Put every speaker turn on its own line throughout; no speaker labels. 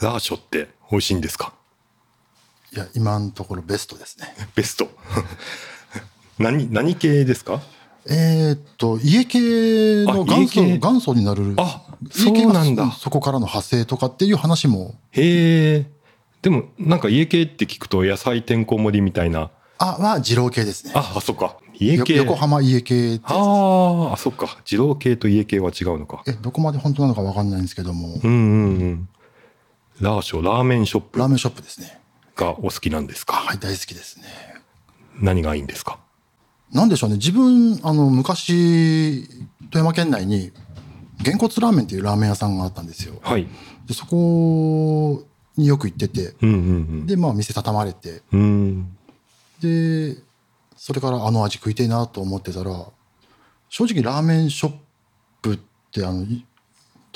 ラーショって美味しいんですか
いや、今のところベストですね。
ベスト。 何、何系ですか
えーっと、家系の
あ家
元祖、
系
元祖になる。
あ
家系が
そうなんだ
そこからの派生とかっていう話も、
へえ。でも、なんか家系って聞くと野菜てんこ盛りみたいな。
あ、は二郎系ですね。
あ、あ、そっか。家
よ
系。
横浜家系ってやつです
ああ、そっか。二郎系と家系は違うのか。
え、どこまで本当なのかわかんないんですけども、
うんうんうん。ラーショ、ラーメンショップ
ラーメンショップですね。
がお好きなんですか
はい、大好きですね。
何がいいんですか
なんでしょうね、自分、あの、昔、富山県内に、げんこつラーメンっていうラーメン屋さんがあったんですよ。
はい。
でそこによく行ってて、
うんうん
で、まあ、店畳まれて、
うん。うん。
で、それからあの味食いてえなと思ってたら、正直ラーメンショップって、あの、い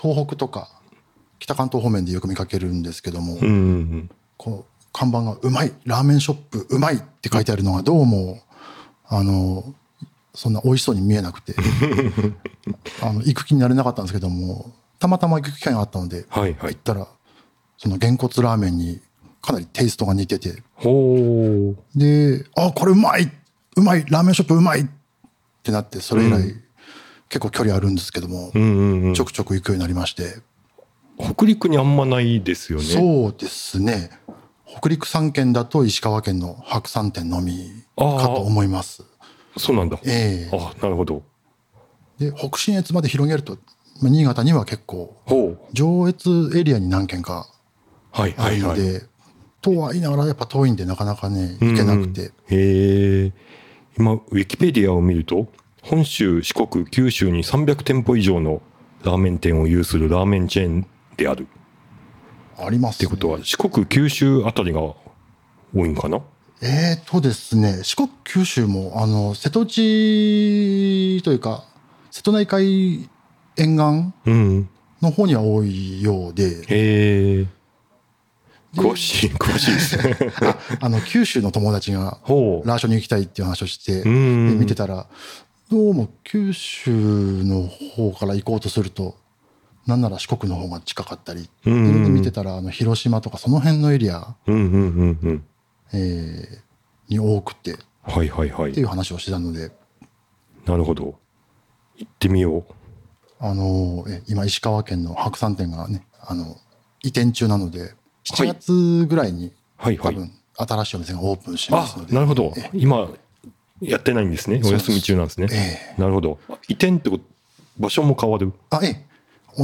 東北とか、北関東方面でよく見かけるんですけども、
うんうんうん。
この看板が「うまいラーメンショップうまい」って書いてあるのがどうもあのそんな美味しそうに見えな くてあの行く気になれなかったんですけどもたまたま行く機会があったので行っ
はいはい。
たらそのげんこつラーメンにかなりテイストが似てて
ほう。
で「あこれうまいうまいラーメンショップうまい!」ってなってそれ以来、結構距離あるんですけども、
うんうんうん
ちょ。くちょく行くようになりまして。
北陸にあんまないですよね。
そうですね。北陸3県だと石川県の白山店のみか
あー
と思います。
そうなんだ。
ええ
あ、なるほど。
で、北信越まで広げると、まあ新潟には結構、
ほう。
上越エリアに何軒か
はい
あ
は
る
い
の
はい。
で、とは言いながらやっぱ遠いんでなかなかね、行けなくて。
うんうんへえ今ウィキペディアを見ると本州四国九州に300店舗以上のラーメン店を有するラーメンチェーンであるっ
あります、
て
ね。
ことは四国九州あたりが多いんかな
えーとですね、四国九州も、あの、瀬戸内というか、瀬戸内海沿岸
うん
の方には多いよ うで、
へえ詳しい詳しいですね
ああの、九州の友達が
ほう
ラーショに行きたいっていう話をして、
う
で
ん
見てたらどうも九州の方から行こうとするとなんなら四国の方が近かったりって
うん
いうので見てたらあの広島とかその辺のエリア、
うんうんうんうん
えーに多くてっ
はいはいはい
ていう話をしてたので、
なるほど行ってみよう
あのーえ今石川県の白山店がねあの移転中なので7月ぐらいに
はい
多
はい
分新しいお店がオープンします
あ
ので、
なるほど今やってないんですねお
そうです
休み中なんですね
え
なるほど移転ってこと場所も変わる
あええ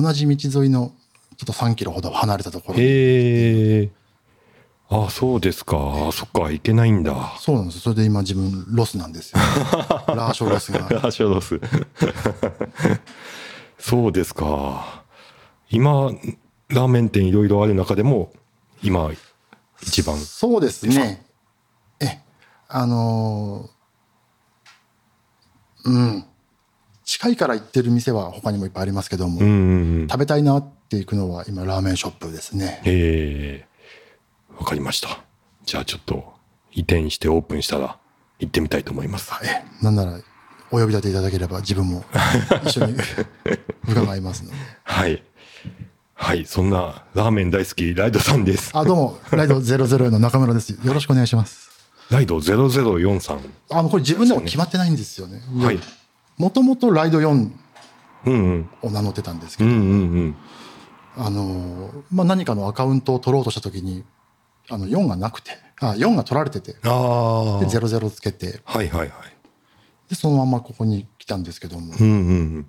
同じ道沿いのちょっと3キロほど離れたところに
へえあそうですかあそっか行けないん だ
そうなんですよそれで今自分ロスなん ですよ。ラーショロスが。
ラシャドス そうですか今ラーメン店いろいろある中でも今一番
そうですね。ええ、あのーうん。近いから行ってる店は他にもいっぱいありますけども、
うんうんうん
食べたいなって行くのは今ラーメンショップですね。
ええわかりましたじゃあちょっと移転してオープンしたら行ってみたいと思います
ええ、なんならお呼び立ていただければ自分も一 緒に伺いますので。
はいはいそんなラーメン大好きライドさんです
あ、どうも、ライド00の中村です。よろしくお願いします。
ライド004さん
あの、これ自分でも決まってないんですよね。
はい。
もともとライド4
うんうん。
を名乗ってたんですけど
うんうんうん。
あのーまあ、何かのアカウントを取ろうとした時にあの4がなくてあ4が取られててで
ああ。
00つけて
はいはいはい。
でそのままここに来たんですけども、
うんうんうん。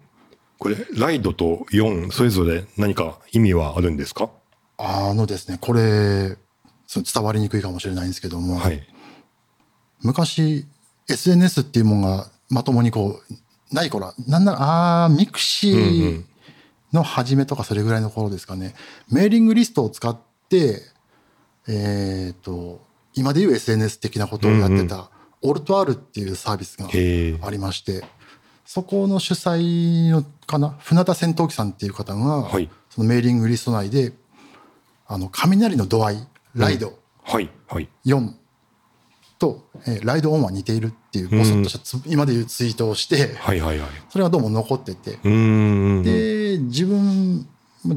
これ、ライドと4、それぞれ何か意味はあるんですか
あのですねこれそう伝わりにくいかもしれないんですけども、
はい。
昔 SNS っていうもんがまともにこうない頃なんならあーミクシ
うんう
ー
ん
の初めとかそれぐらいの頃ですかねメーリングリストを使ってえっ、と今でいう SNS 的なことをやってた、オルトアルっていうサービスが
へえ。
ありましてそこの主催のかな船田戦闘機さんっていう方が、
はい
そのメーリングリスト内であの雷の度合いライド、
はいはい。
4と、えーライドオンは似ているっていうボソッとしたつ、今でいうツイートをして
はいはいはい。
それがどうも残ってて、
うーん。
で自分ま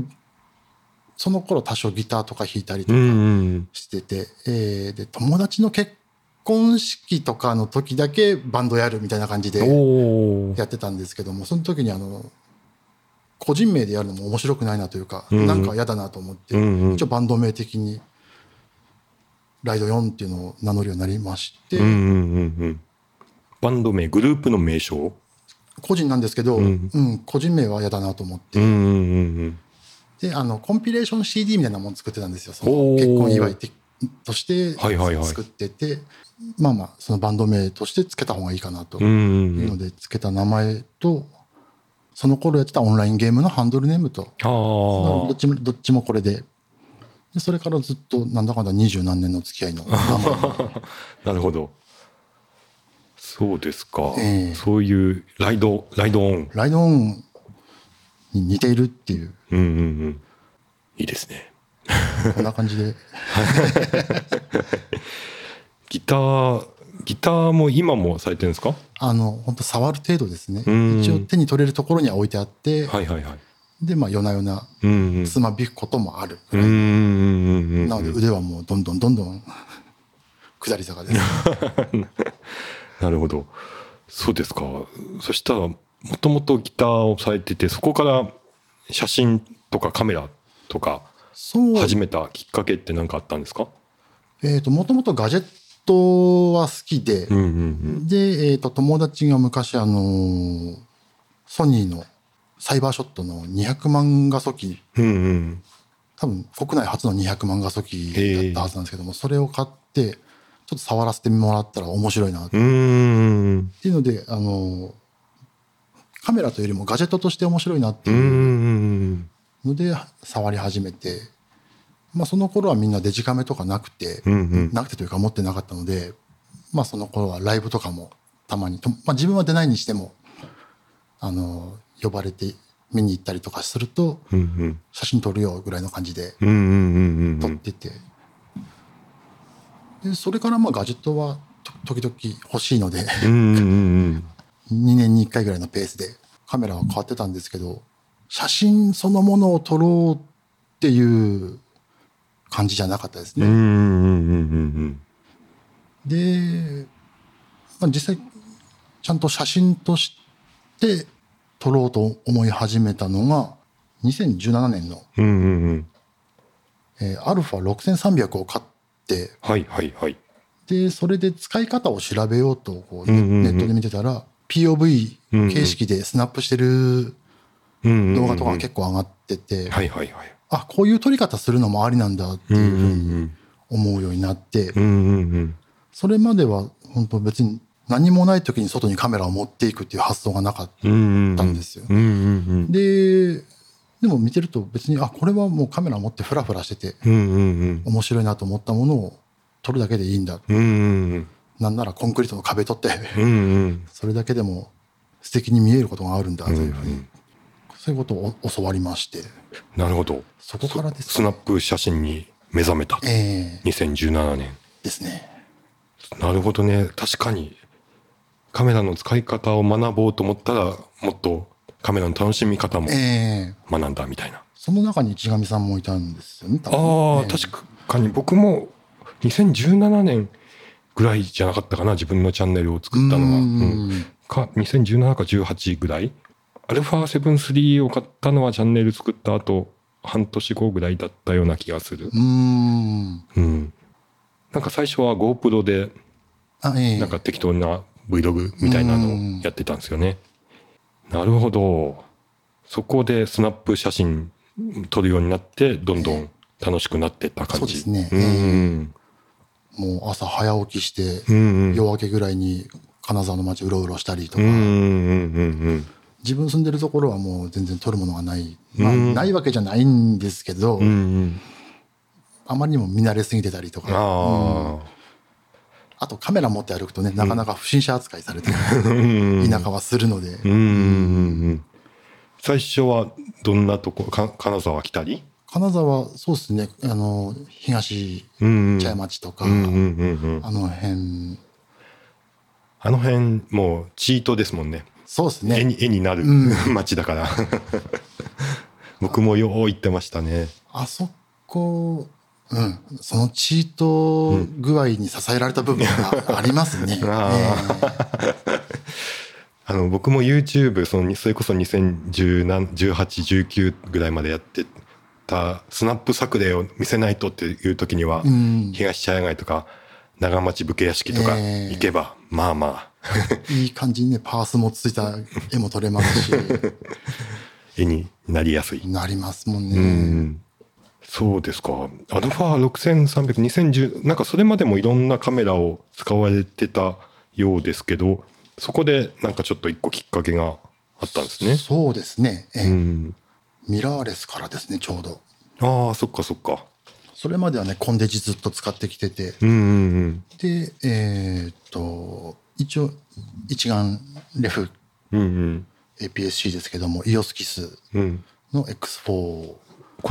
その頃多少ギターとか弾いたりと
う
か
んうん
してて、えーで友達の結婚式とかの時だけバンドやるみたいな感じ
うん。
で
おお。
やってたんですけどもその時にあの個人名でやるのも面白くないなというか、
うん
なんか嫌だなと思って、
うんうん
一応バンド名的に「ライド4」っていうのを名乗るようになりまして、
うんうんうんうん。バンド名、グループの名称。
個人なんですけど、
う
うんん個人名は嫌だなと思って、
うんうんうんうん。
であのコンピレーション CD みたいなもの作ってたんですよそ
おー
の結婚祝い的として
はいはいはい
作ってて、まあまあそのバンド名としてつけた方がいいかなと
う
いうん
うんう
の
ん。
でつけた名前とその頃やってたオンラインゲームのハンドルネームと
あ
ど
あ
っ。ちもどっちもこれででそれからずっとなんだかんだ二十何年の付き合 いの
なるほど。そうですか。
ええ
そういうライド、ライドオン。
ライドオンに似ているっていう
うんうんうん。いいですね。
こんな感じで
ギター、ギターも今もされてるんですか
あの本当触る程度ですね
うん
一応手に取れるところには置いてあって、
はいはいはい。
でまあ夜な夜な
うんうん。
つまびくこともある、
うんうんうんうんうん。
なので腕はもうどんどんどんどん 下り坂です
なるほど。そうですか。そしたら、もともとギターをされてて、そこから写真とかカメラとか
そう
始めたきっかけって何かあったんですか
えっ、ともともとガジェットは好きで、
うんうん
で、えー、と友達が昔あのーソニーのサイバーショットの200万画素機
うん。うんうん。
多分国内初の200万画素機だったはずなんですけどもそれを買ってちょっと触らせてもらったら面白いなっ
うーん。
ていうので、あのーカメラというよりもガジェットとして面白いなって
う
い
んう
うんので触り始めて、まあ、その頃はみんなデジカメとかなくて、
うんうん。
なくてというか持ってなかったので、まあ、その頃はライブとかもたまにと、まあ、自分は出ないにしてもあの呼ばれて見に行ったりとかすると
うんうん。
写真撮るよぐらいの感じで
うんうんうんう
撮っ
ん
てて、でそれからまあガジェットはと時々欲しいので
うん。うんうん
2年に1回ぐらいのペースでカメラは変わってたんですけど写真そのものを撮ろうっていう感じじゃなかったです
うん。うんう
ね。
んうん
で、まあ、実際ちゃんと写真として撮ろうと思い始めたのが2017年の、
うんうん。うんうんうん。
えー、アルファ6300を買って
はいはいはい。
でそれで使い方を調べようとこう
うんう
ネ,、
んうん
ネットで見てたら POV
うんうん
形式でスナップしてる
うんうんうん。
動画とかが結構上がってて、
はいはいはい。
あこういう撮り方するのもありなんだって
うんう
いうふうに
ん
思うようになって、
うん。うんうんうん。
それまでは本当別に何もない時に外にカメラを持っていくっていう発想がなかった。
うん
たんですよ
うんうん
ででも見てると別にあこれはもうカメラ持ってフラフラしてて
うん。うんうん
面白いなと思ったものを撮るだけでいいんだ
うん。うんうん
なんならコンクリートの壁撮って
うん。うん
それだけでも素敵に見えることがあるんだと
うん。
いうふうに、そういうことを教わりまして
なるほど。
そこからです
スナップ写真に目覚めた。
ええ
2017年。
ですね
なるほどね。確かに。カメラの使い方を学ぼうと思ったら、もっとカメラの楽しみ方も
ええ
学んだみたいな。
その中に市上さんもいたんですよね多分
ああ、
ね
確かに僕も2017年ぐらいじゃなかったかな、自分のチャンネルを作ったのは。
う
うん
ん
か、2017か18ぐらい。アルファ7-3を買ったのはチャンネル作った後、半年後ぐらいだったような気がする
う。ん
うん。なんか最初は GoPro で、
あええ
なんか適当な Vlog みたいなのをやってたんですよね。なるほど。そこでスナップ写真撮るようになって、どんどん楽しくなってった感じ。
そうですね
うん。
もう朝早起きして
うんうん。
夜明けぐらいに金沢の街うろうろしたりと
う
か、
んうんうんうん
自分住んでるところはもう全然取るものがない、まあ、
うん
ないわけじゃないんですけど、
うん。うんうん。
あまりにも見慣れすぎてたりと
あ
か
あ。
あとカメラ持って歩くとねなかなか不審者扱いされて
うん
田舎はするので、
うんうんうん最初はどんなとこか金沢来たり
金沢そうですねあの東
うんうん
茶屋町とか、
うんうんうんうん
あの辺
あの辺もうチートですもんね
そうです
絵
ね
に絵になる
う
街だから僕もよう言ってましたね。
あそこ、うん、そのチート具合に支えられた部分がありますね。
ああの僕も YouTube そのそれこそ201819ぐらいまでやってたスナップ作例を見せないとっていう時には、
うん
東茶屋街とか長町武家屋敷とか
ええ
行けば、まあまあ
ええいい感じにね、パースもついた絵も撮れま すし、
絵になりやすい。
なりますもん
う
ね。
んそうですか。アルファ6300、2010、なんかそれまでもいろんなカメラを使われてたようですけど、そこでなんかちょっと一個きっかけがあったんですね。
そうですね、ええ
うん。
ミラーレスからですね、ちょうど。
ああ、そっかそっか。
それまではね、コンデジずっと使ってきてて、
うんうんうん。
で、えーっと、一応、一眼レフ
うん
APS-C ですけども、イオスキス
うん。うん。
の X4
こ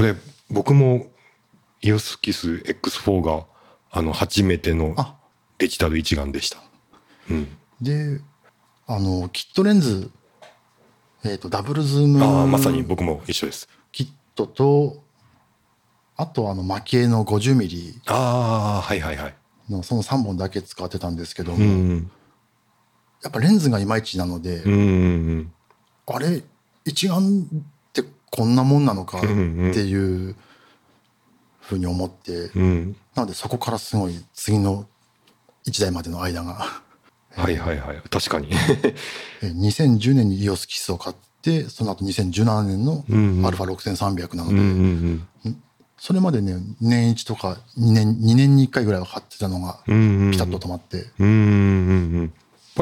れ、僕も EOSKIS X4 が、あの、初めての
あ
デジタル一眼でした。うん。
で、あの、キットレンズ、えっ、と、ダブルズーム。
ああ、まさに僕も一緒です。
キットと、あと、あの、蒔絵の50ミリ
ああ、はいはいはい。
のその3本だけ使ってたんですけども、
うん
やっぱレンズがいまいちなので、
うん。うんうん
あれ、一眼ってこんなもんなのかっていうふうに思って、
うん。うん。
なのでそこからすごい次の1台までの間が、
はいはいはい。確かに。
えー2010年に EOS キスを買って、その後2017年の
うんうん
α6300 なの
う
で、
んうん
それまでね年1とか2年2年に1回ぐらいは買ってたのが
うん。うんうん
ピタッと止まって、
うんうんうんうん。や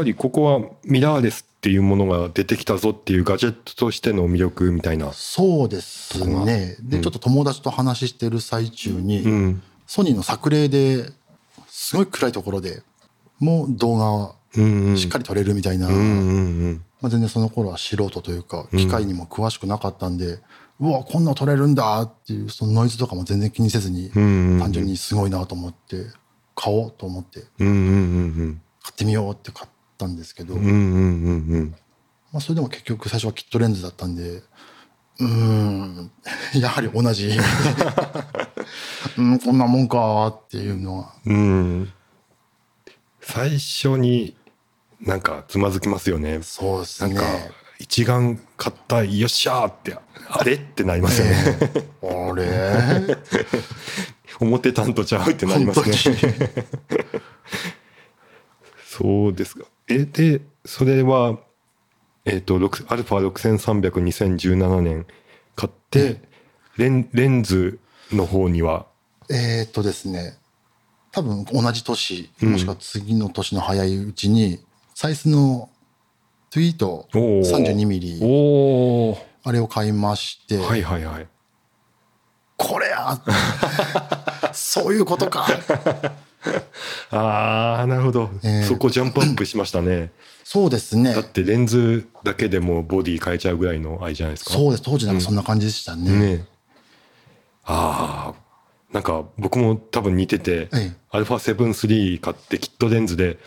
っぱりここはミラーレスっていうものが出てきたぞっていうガジェットとしての魅力みたいな。
そうです
こが
ねでちょっと友達と話してる最中に、
うん。
ソニーの作例ですごい暗いところでもう動画は
うんうん。
しっかり撮れるみたいな、
うんうんうん。
まあ、全然その頃は素人というか機械にも詳しくなかったんで、うわこんなの撮れるんだっていうそのノイズとかも全然気にせずに、
んうん
単純にすごいなと思って買おうと思って
うんうん
買ってみようって買ったんですけど、
うんうん。うんうんうんうん。
まあ、それでも結局最初はキットレンズだったんでうーん やはり同じ うんこんなもんかーっていうのは
うん。最初になんかつまずきますよね。
そうです
なん
ね
か一眼買ったよっしゃーってあれってなりますよね。
えー あれ
表担当ちゃうってなりますね。
本当に
そうですか。え、で、それは、えっ、と、6アルファ6300、2017年買って、レンレンズの方には、
えーっとですね多分同じ年もしくは次の年の早いうちにサイズのツイート
おー
32mm
おお、
あれを買いまして、
はいはいはい。
これや そういうことか
ああ、なるほど、
えー
そこジャンプアップしましたね。
そうですね
だってレンズだけでもボディ変えちゃうぐらいの愛じゃないですか。
そうです当時なんかそんな感じでしたね、
ねああなんか僕も多分似てて、
ええ
アルファ7-3買ってキットレンズで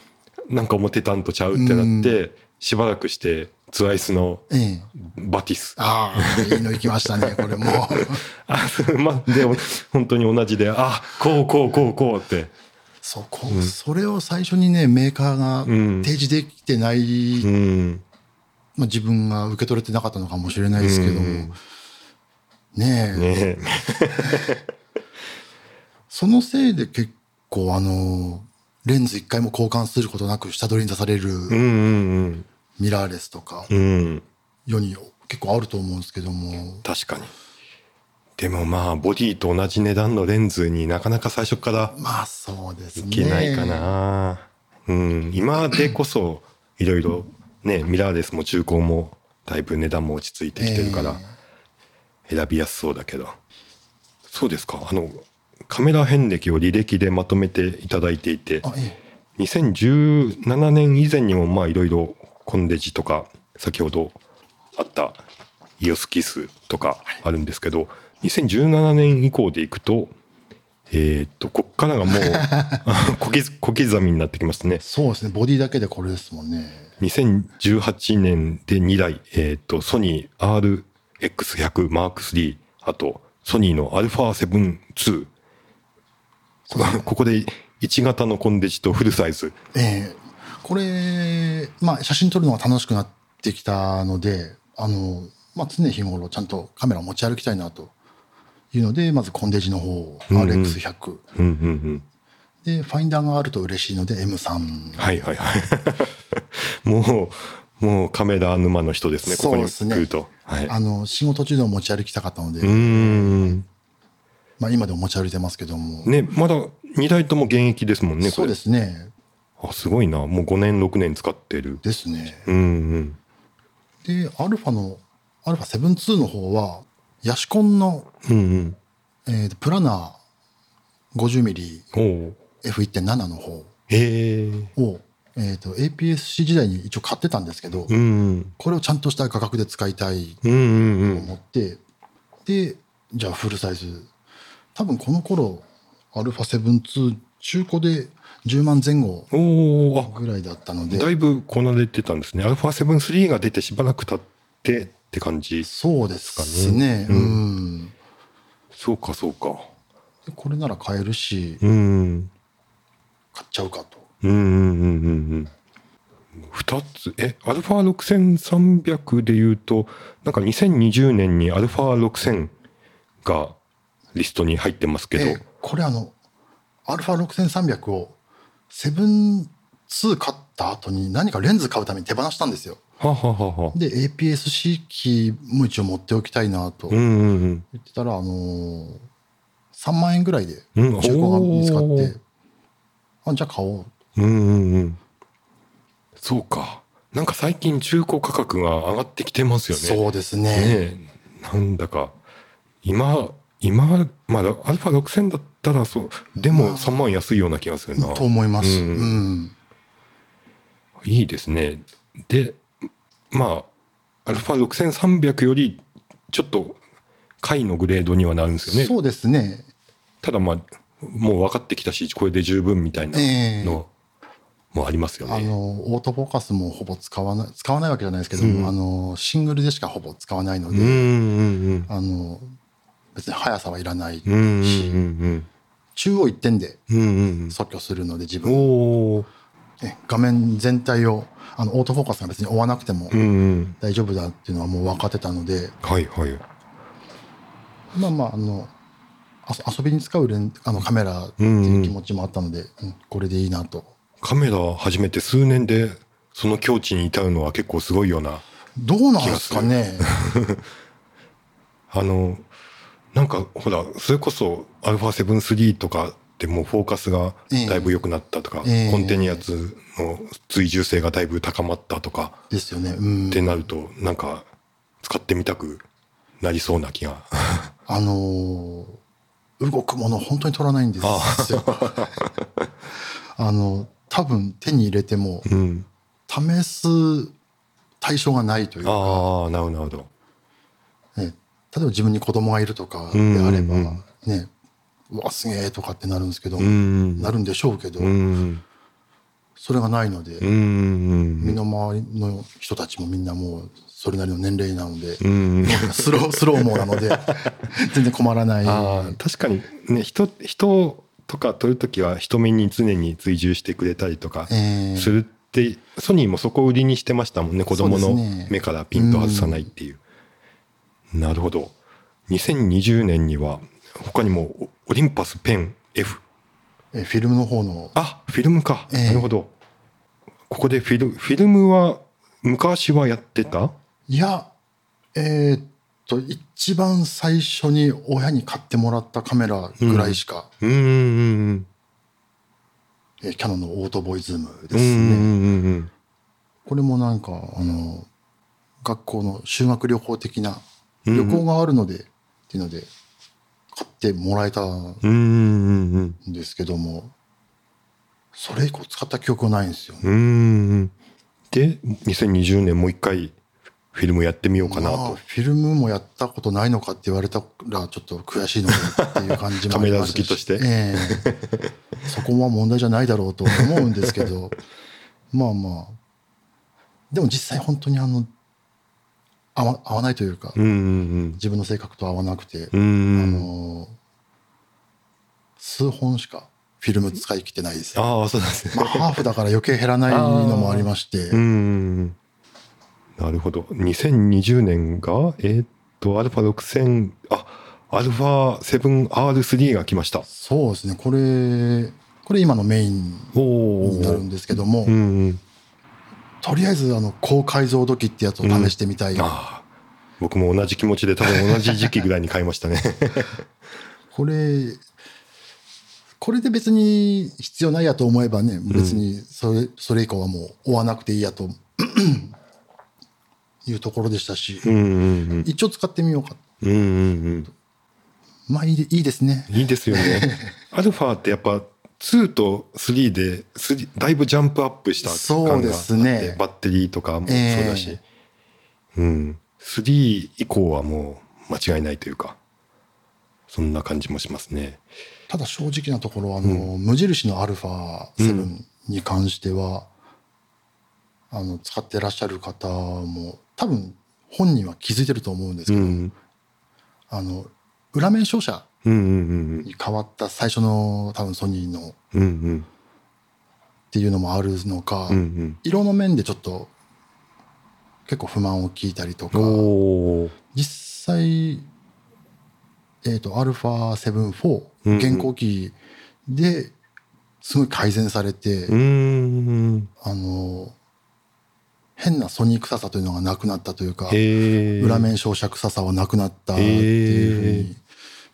なんか表たんとちゃうってなって、しばらくしてツアイスの
ええ
バティス
ああ、いいの行きました ね、これも。
あ そうまで本当に同じであこうこうこうこうって
そこ、それを最初にね、メーカーが
うん
提示できてない、
うん
まあ、自分が受け取れてなかったのかもしれないですけども、
うん
ねえ、
ね
そのせいで結構、あの、レンズ一回も交換することなく下取りに出され
うん
る
うん
ミラーレスとか、
うんうん
世に結構あると思うんですけども、
確かにでもまあボディと同じ値段のレンズになかなか最初から
まあそうですね。
いけないかな、うん今でこそいろいろねミラーレスも中古もだいぶ値段も落ち着いてきてるから選びやすそうだけど、そうですかあのカメラ遍歴を履歴でまとめていただいていて
あ、え
2017年以前にもまあいろいろコンデジとか先ほどあったイオスキスとかあるんですけど2017年以降でいくとえーっとこっからがもう あ小刻小刻みになってきますね
え、そうですね、ボディだけでこれですもんね。
2018年で2台えーっとソニー X100、Mark3、あと、ソニーの α7-2。このここで1型のコンデジとフルサイズ。
ええこれ、まあ、写真撮るのが楽しくなってきたので、あの、まあ、常日頃ちゃんとカメラを持ち歩きたいなというので、まずコンデジの方を
うんうん
RX100、
うんうん
で、ファインダーがあると嬉しいので M3
うん。。はいはいはい。 もう、もうカメラ沼の人ですね、ここに
そうですね
来ると。はい。
あの、仕事中でも持ち歩きたかったので、
うーん。
まあ、今でも持ち歩いてますけども。
ね、まだ2台とも現役ですもんね、これ
そうですね。
あ、すごいな。もう5年、6年使ってる。
ですね。
うんうん。
で、アルファの、アルファ7-2の方は、ヤシコンの、
うんうん。
えープラナー 50mmF1.7
おう
の方。
へえ。
を、えー、と APS-C 時代に一応買ってたんですけど、
うんうん。
これをちゃんとした価格で使いたい
うんうんう
と
ん。
思って、でじゃあフルサイズ多分この頃 α7-2 中古で10万前後
おお、
ぐらいだったの
あ、
で
だいぶこなれてたんですね。アルファ7-3が出てしばらく経ってって感じ。
そうですね
う
うんん、
そうか、そうか。
でこれなら買えるし
うん。
買っちゃうかと
うんうんうんうんうん。二つ、え、アルファ6300で言うと、なんか2020年にアルファ6000がリストに入ってますけど、
でこれあの α6300 を7-2買った後に何かレンズ買うために手放したんですよ
はははは。
で APS-C 機も一応持っておきたいなと
うん
言
うん
ってたら、あのー3万円ぐらいで
う
中
ん
古が見つかっ
お
て
ー、
あじゃあ買おう
うん。うんうんうん。そうか。なんか最近中古価格が上がってきてますよね。
そうですね
ねえなんだか今今まあアルファ6000だったらそうで
ま
も
あ
3万安いような気がするな、
と思います、
う
うんん
いいですねでまあアルファ6300よりちょっと下位のグレードにはなるんですよね
そうですね
ただまあもう分かってきたしこれで十分みたいな
ええ
のもありますよ
あ
ね、
のオートフォーカスもほぼ使わない使わないわけじゃないですけども、
うん
あのシングルでしかほぼ使わないの
うん
で、
うん
あの別に速さはいらない、
うんうんうん
中央一点で
うんうん
削去するので自
うん
分
おお
え画面全体をあのオートフォーカスが別に追わなくても、
うんうん
大丈夫だっていうのはもう分かってたので
はいはい
まあまああのあそ遊びに使うレンあのカメラっていう気持ちもあったので、うんこれでいいなと
カメラ始めて数年でその境地に至るのは結構すごいような
どうなんですかね
あのなんかほらそれこそ α7-3 とかでもうフォーカスがだいぶ良くなったとか、
ええ
コンテニアツの追従性がだいぶ高まったとか
ですよねうん
ってなるとなんか使ってみたくなりそうな気が
あのー動くもの本当に取らないんですよ あの多分手に入れても
うん
試す対象がないというか、
ああなるほどなるほど
ね例えば自分に子供がいるとかであれば、
うんうん
ねうわすげえとかってなるんですけど、
うん
なるんでしょうけど、
うん
それがないので、
うんうん
身の回りの人たちもみんなもうそれなりの年齢なので、
うん
スロースローモーな ので全然困らない
あー確かにね人人とか撮るときは人目に常に追従してくれたりとか
えー
するって、ソニーもそこを売りにしてましたもんね子供
そ
の
うですね
目からピンと外さないっていうなるほど2020年には他にもオオリンパスペン F
えフィルムの方の
あフィルムか、
ええ
なるほどここでフィルフィルムは昔はやってた
いやえーっと一番最初に親に買ってもらったカメラぐらいしか、
うんうん
えーキャノンのオートボイズーム
うんう
で
んう
す
ん
ね、
うんうん
これもなんかあの学校の修学旅行的な
うんう
旅
ん
行があるので、っていうので買ってもらえたん
うんうんうん
ですけどもそれ以降使った記憶はないんですよ、ね
うーん。で、2020年もう一回フィルムやってみようかな
まあ
と。
フィルムもやったことないのかって言われたらちょっと悔しいのかっていう感 じ
カ
もありました
メラ好きとして
ええそこは問題じゃないだろうと思うんです けどまあまあでも実際本当にあの合わ合わないというか、
うんうん
自分の性格と合わなくて、
うん。うん
あのー数本しかフィルム使い切ってないですよ。
ああ、そうなんです
ま
ね
あ、。ハーフだから余計減らないのもありまして
う、ん。なるほど。2020年が、えーっと、アルファ6000、あ、アルファ 7R3 が来ました。
そうですね、これ、これ今のメイン
お
になる
ー
んですけども、
うんうん。
とりあえずあの高解像度機ってやつを試してみたい、
ああ。僕も同じ気持ちで多分同じ時期ぐらいに買いましたね。
これこれで別に必要ないやと思えばね別にそれ,、それ以降はもう追わなくていいやと いうところでしたし、
うんうん
一応使ってみようか
うん。うんうん
まあいいでいいですね
うん。いいですよね。 アルファってやっぱ2と3で3だいぶジャンプアップした感があって
そうですね
バッテリーとかもそうだし、うん、3以降はもう間違いないというかそんな感じもしますね。
ただ正直なところあの、無印の α7 に関しては、あの使ってらっしゃる方も多分本人は気づいてると思うんです
う
けど、
ん
あの裏面照射
うんうん
に変わった最初の多分ソニーのっ
うんうんうん
ていうのもあるのか、
うん
色の面でちょっと結構不満を聞いたりと
う
か
んおー
実際えっ、と α7-4、
うんうん
現行機ですごい改善されて、
うーん
あの変なソニー臭さというのがなくなったというか、
へえ
裏面照射臭さはなくなったっていうふうに、
へー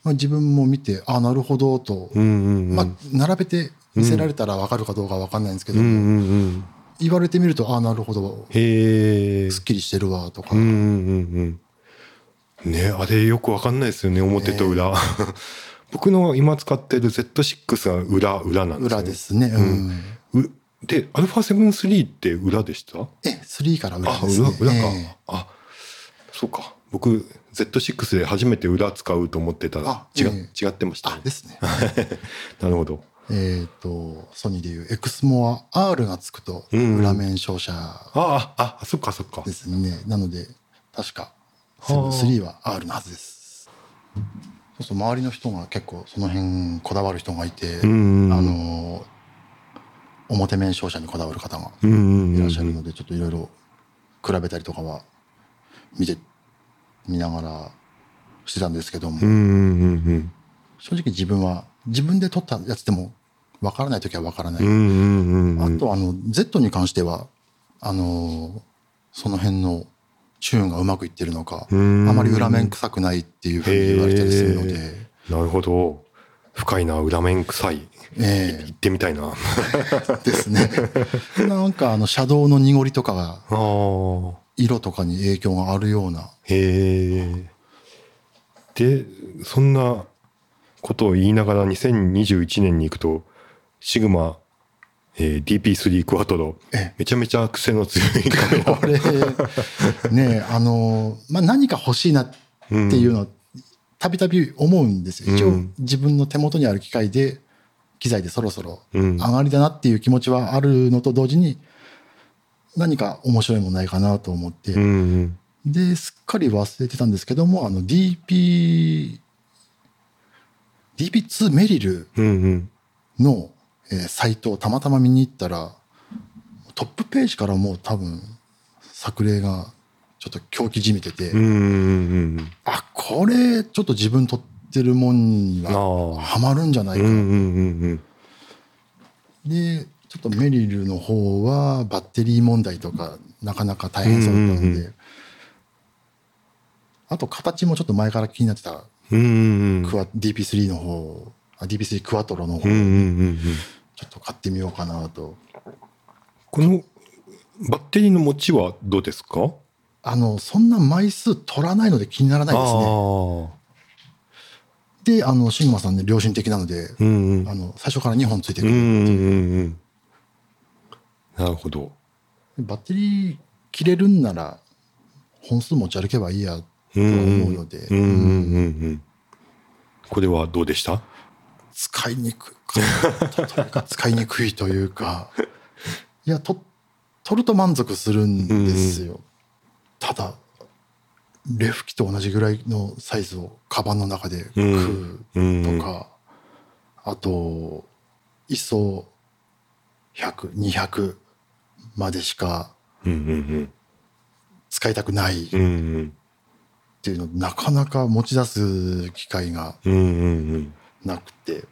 まあ、自分も見てあなるほどと、
うんうんうん
まあ、並べて見せられたら分かるかどうか分かんないんですけ
う
ど、
んうんうん
言われてみるとあなるほど
へえ
すっきりしてるわとか、
うんうんうんうん。ねあれよくわかんないですよね表と裏。 僕の今使ってる Z6 は裏裏なんです、ね、
裏ですね、うん
うで α7-3 って裏でした
え3から裏
あ
です
裏
ね
裏か、
え
あそうか僕 Z6 で初めて裏使うと思ってたら
あ
違,、
え
違ってました、
あ
ね
で、す ね
なるほど
えっとソニーでいうエクスモア R がつくと
うんうん
裏面照射
あああそっかそっか
ですねなので確か
はあ
3は R のはずですそうそう周りの人が結構その辺こだわる人がいて、
うんうんうん
あの表面照射にこだわる方が
うんうんうん
いらっしゃるので、ちょっといろいろ比べたりとかは見て見ながらしてたんですけども、
うんうんうん
正直自分は自分で撮ったやつでもわからない時はわからない、
うんうんうんうん
あとあの Z に関してはあのその辺のチューンがうまくいってるのか、
うん
あまり裏面臭くないっていうふうに言われたりするので、
へーなるほど深いな裏面臭い
え
行ってみたいなあ
えですね なんかあのシャドウの濁りとかが
ー
色とかに影響があるような
へえでそんなことを言いながら2021年に行くとシグマ、えー DP3 クワトロ
え
めちゃめちゃ癖の 強いカメラ
これねあの、まあ、何か欲しいなっていうのはたびたび思うんですよ一
う
応
ん
自分の手元にある機械で機材でそろそろ
うん
上がりだなっていう気持ちはあるのと同時に何か面白いもんないかなと思って、
うんうん
ですっかり忘れてたんですけどもあの DP DP2 メリル
うんうん
の、えーサイトをたまたま見に行ったらトップページからもう多分作例がちょっと狂気じみてて、
うんうんうん
あこれちょっと自分撮ってるもんに
あ
は
あ
ハマるんじゃな
う
い
ん
か、
うんうんうん
でちょっとメリルの方はバッテリー問題とかなかなか大変そうだったので、
うんうんう
あと形もちょっと前から気になってた
うんうんうん
クワ DP3 の方あ DP3 クワトロの方、
うんうんうんうん
ちょっと買ってみようかなと
このバッテリーの持ちはどうですか
あのそんな枚数取らないので気にならないですね
あ
であのシグマさんね良心的なので、
あうんうん
あの最初から2本ついてく
うん
る、
うんうんうんなるほど
バッテリー切れるんなら本数持ち歩けばいいやとは思うので、
うんうんうんうん。これはどうでした
使いにくいというか使いにくいというかいやと取ると満足するんですよ、ただレフ機と同じぐらいのサイズをカバンの中で食
う
う
ん
とか、あと ISO100200 までしか
うんうん
使いたくないっ
うんうん
ていうのなかなか持ち出す機会が
うんうんうんうん
なくて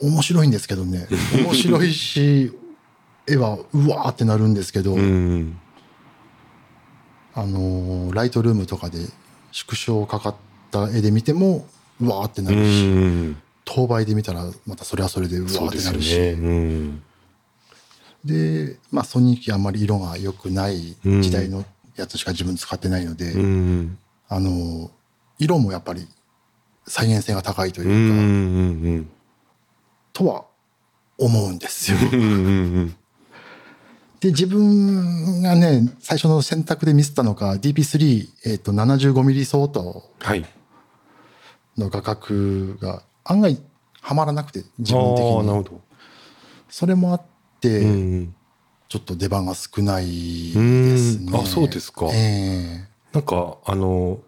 面白いんですけ どね面白いし絵はうわーってなるんですけど、
うん
あのーライトルームとかで縮小かかった絵で見てもうわーってな
う
るし、
ん
当倍で見たらまたそれはそれでうわ
そう
ーっ
で
て
す
な
よ
るし
ねうん
でまあソニー機あんまり色が良くない時代のやつしか自分使ってないので、
うん
あのー色もやっぱり再現性が高いという
うんう
か、
ん
とは思うんですよ。
うんうん
で自分がね最初の選択でミスったのが DP3、えー、と 75mm 相当
はい
の画角が案外はまらなくて自分的
ああなるほ
に
ど
それもあって、
うん
ちょっと出番が少ないです
うん
ね
あそうですか
え
なんかあの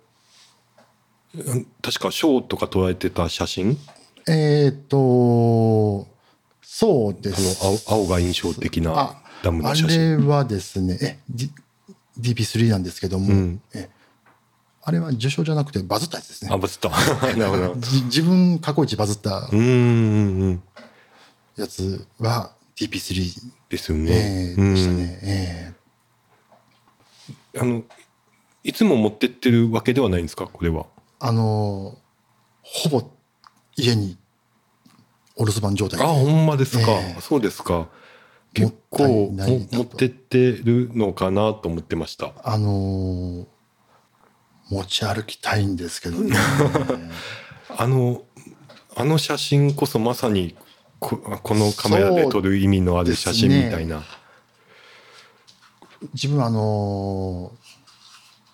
うん確かショーとか捉えてた写真
ええーとそうで
あの
す
青青が印象的な
あ
ダムの
あ
写真
れはですねえ、D、DP3 なんですけども、
うん
えあれは受賞じゃなくてバズったやつですね
あバズったなるほど
じ自分過去一バズった
うんうんうん
やつは DP3
ですよね
え
う
ー
ん
でしたね。え
あのいつも持ってってるわけではないんですかこれは
ーあのーほぼ家にお留守番状態
あほんまですか、
ええ
そうですか結構
もったいないなと
も持ってってるのかなと思ってました
あのー持ち歩きたいんですけど ね。
あのあの写真こそまさにここのカメラで撮る意味のある写真みたいな、
自分はあの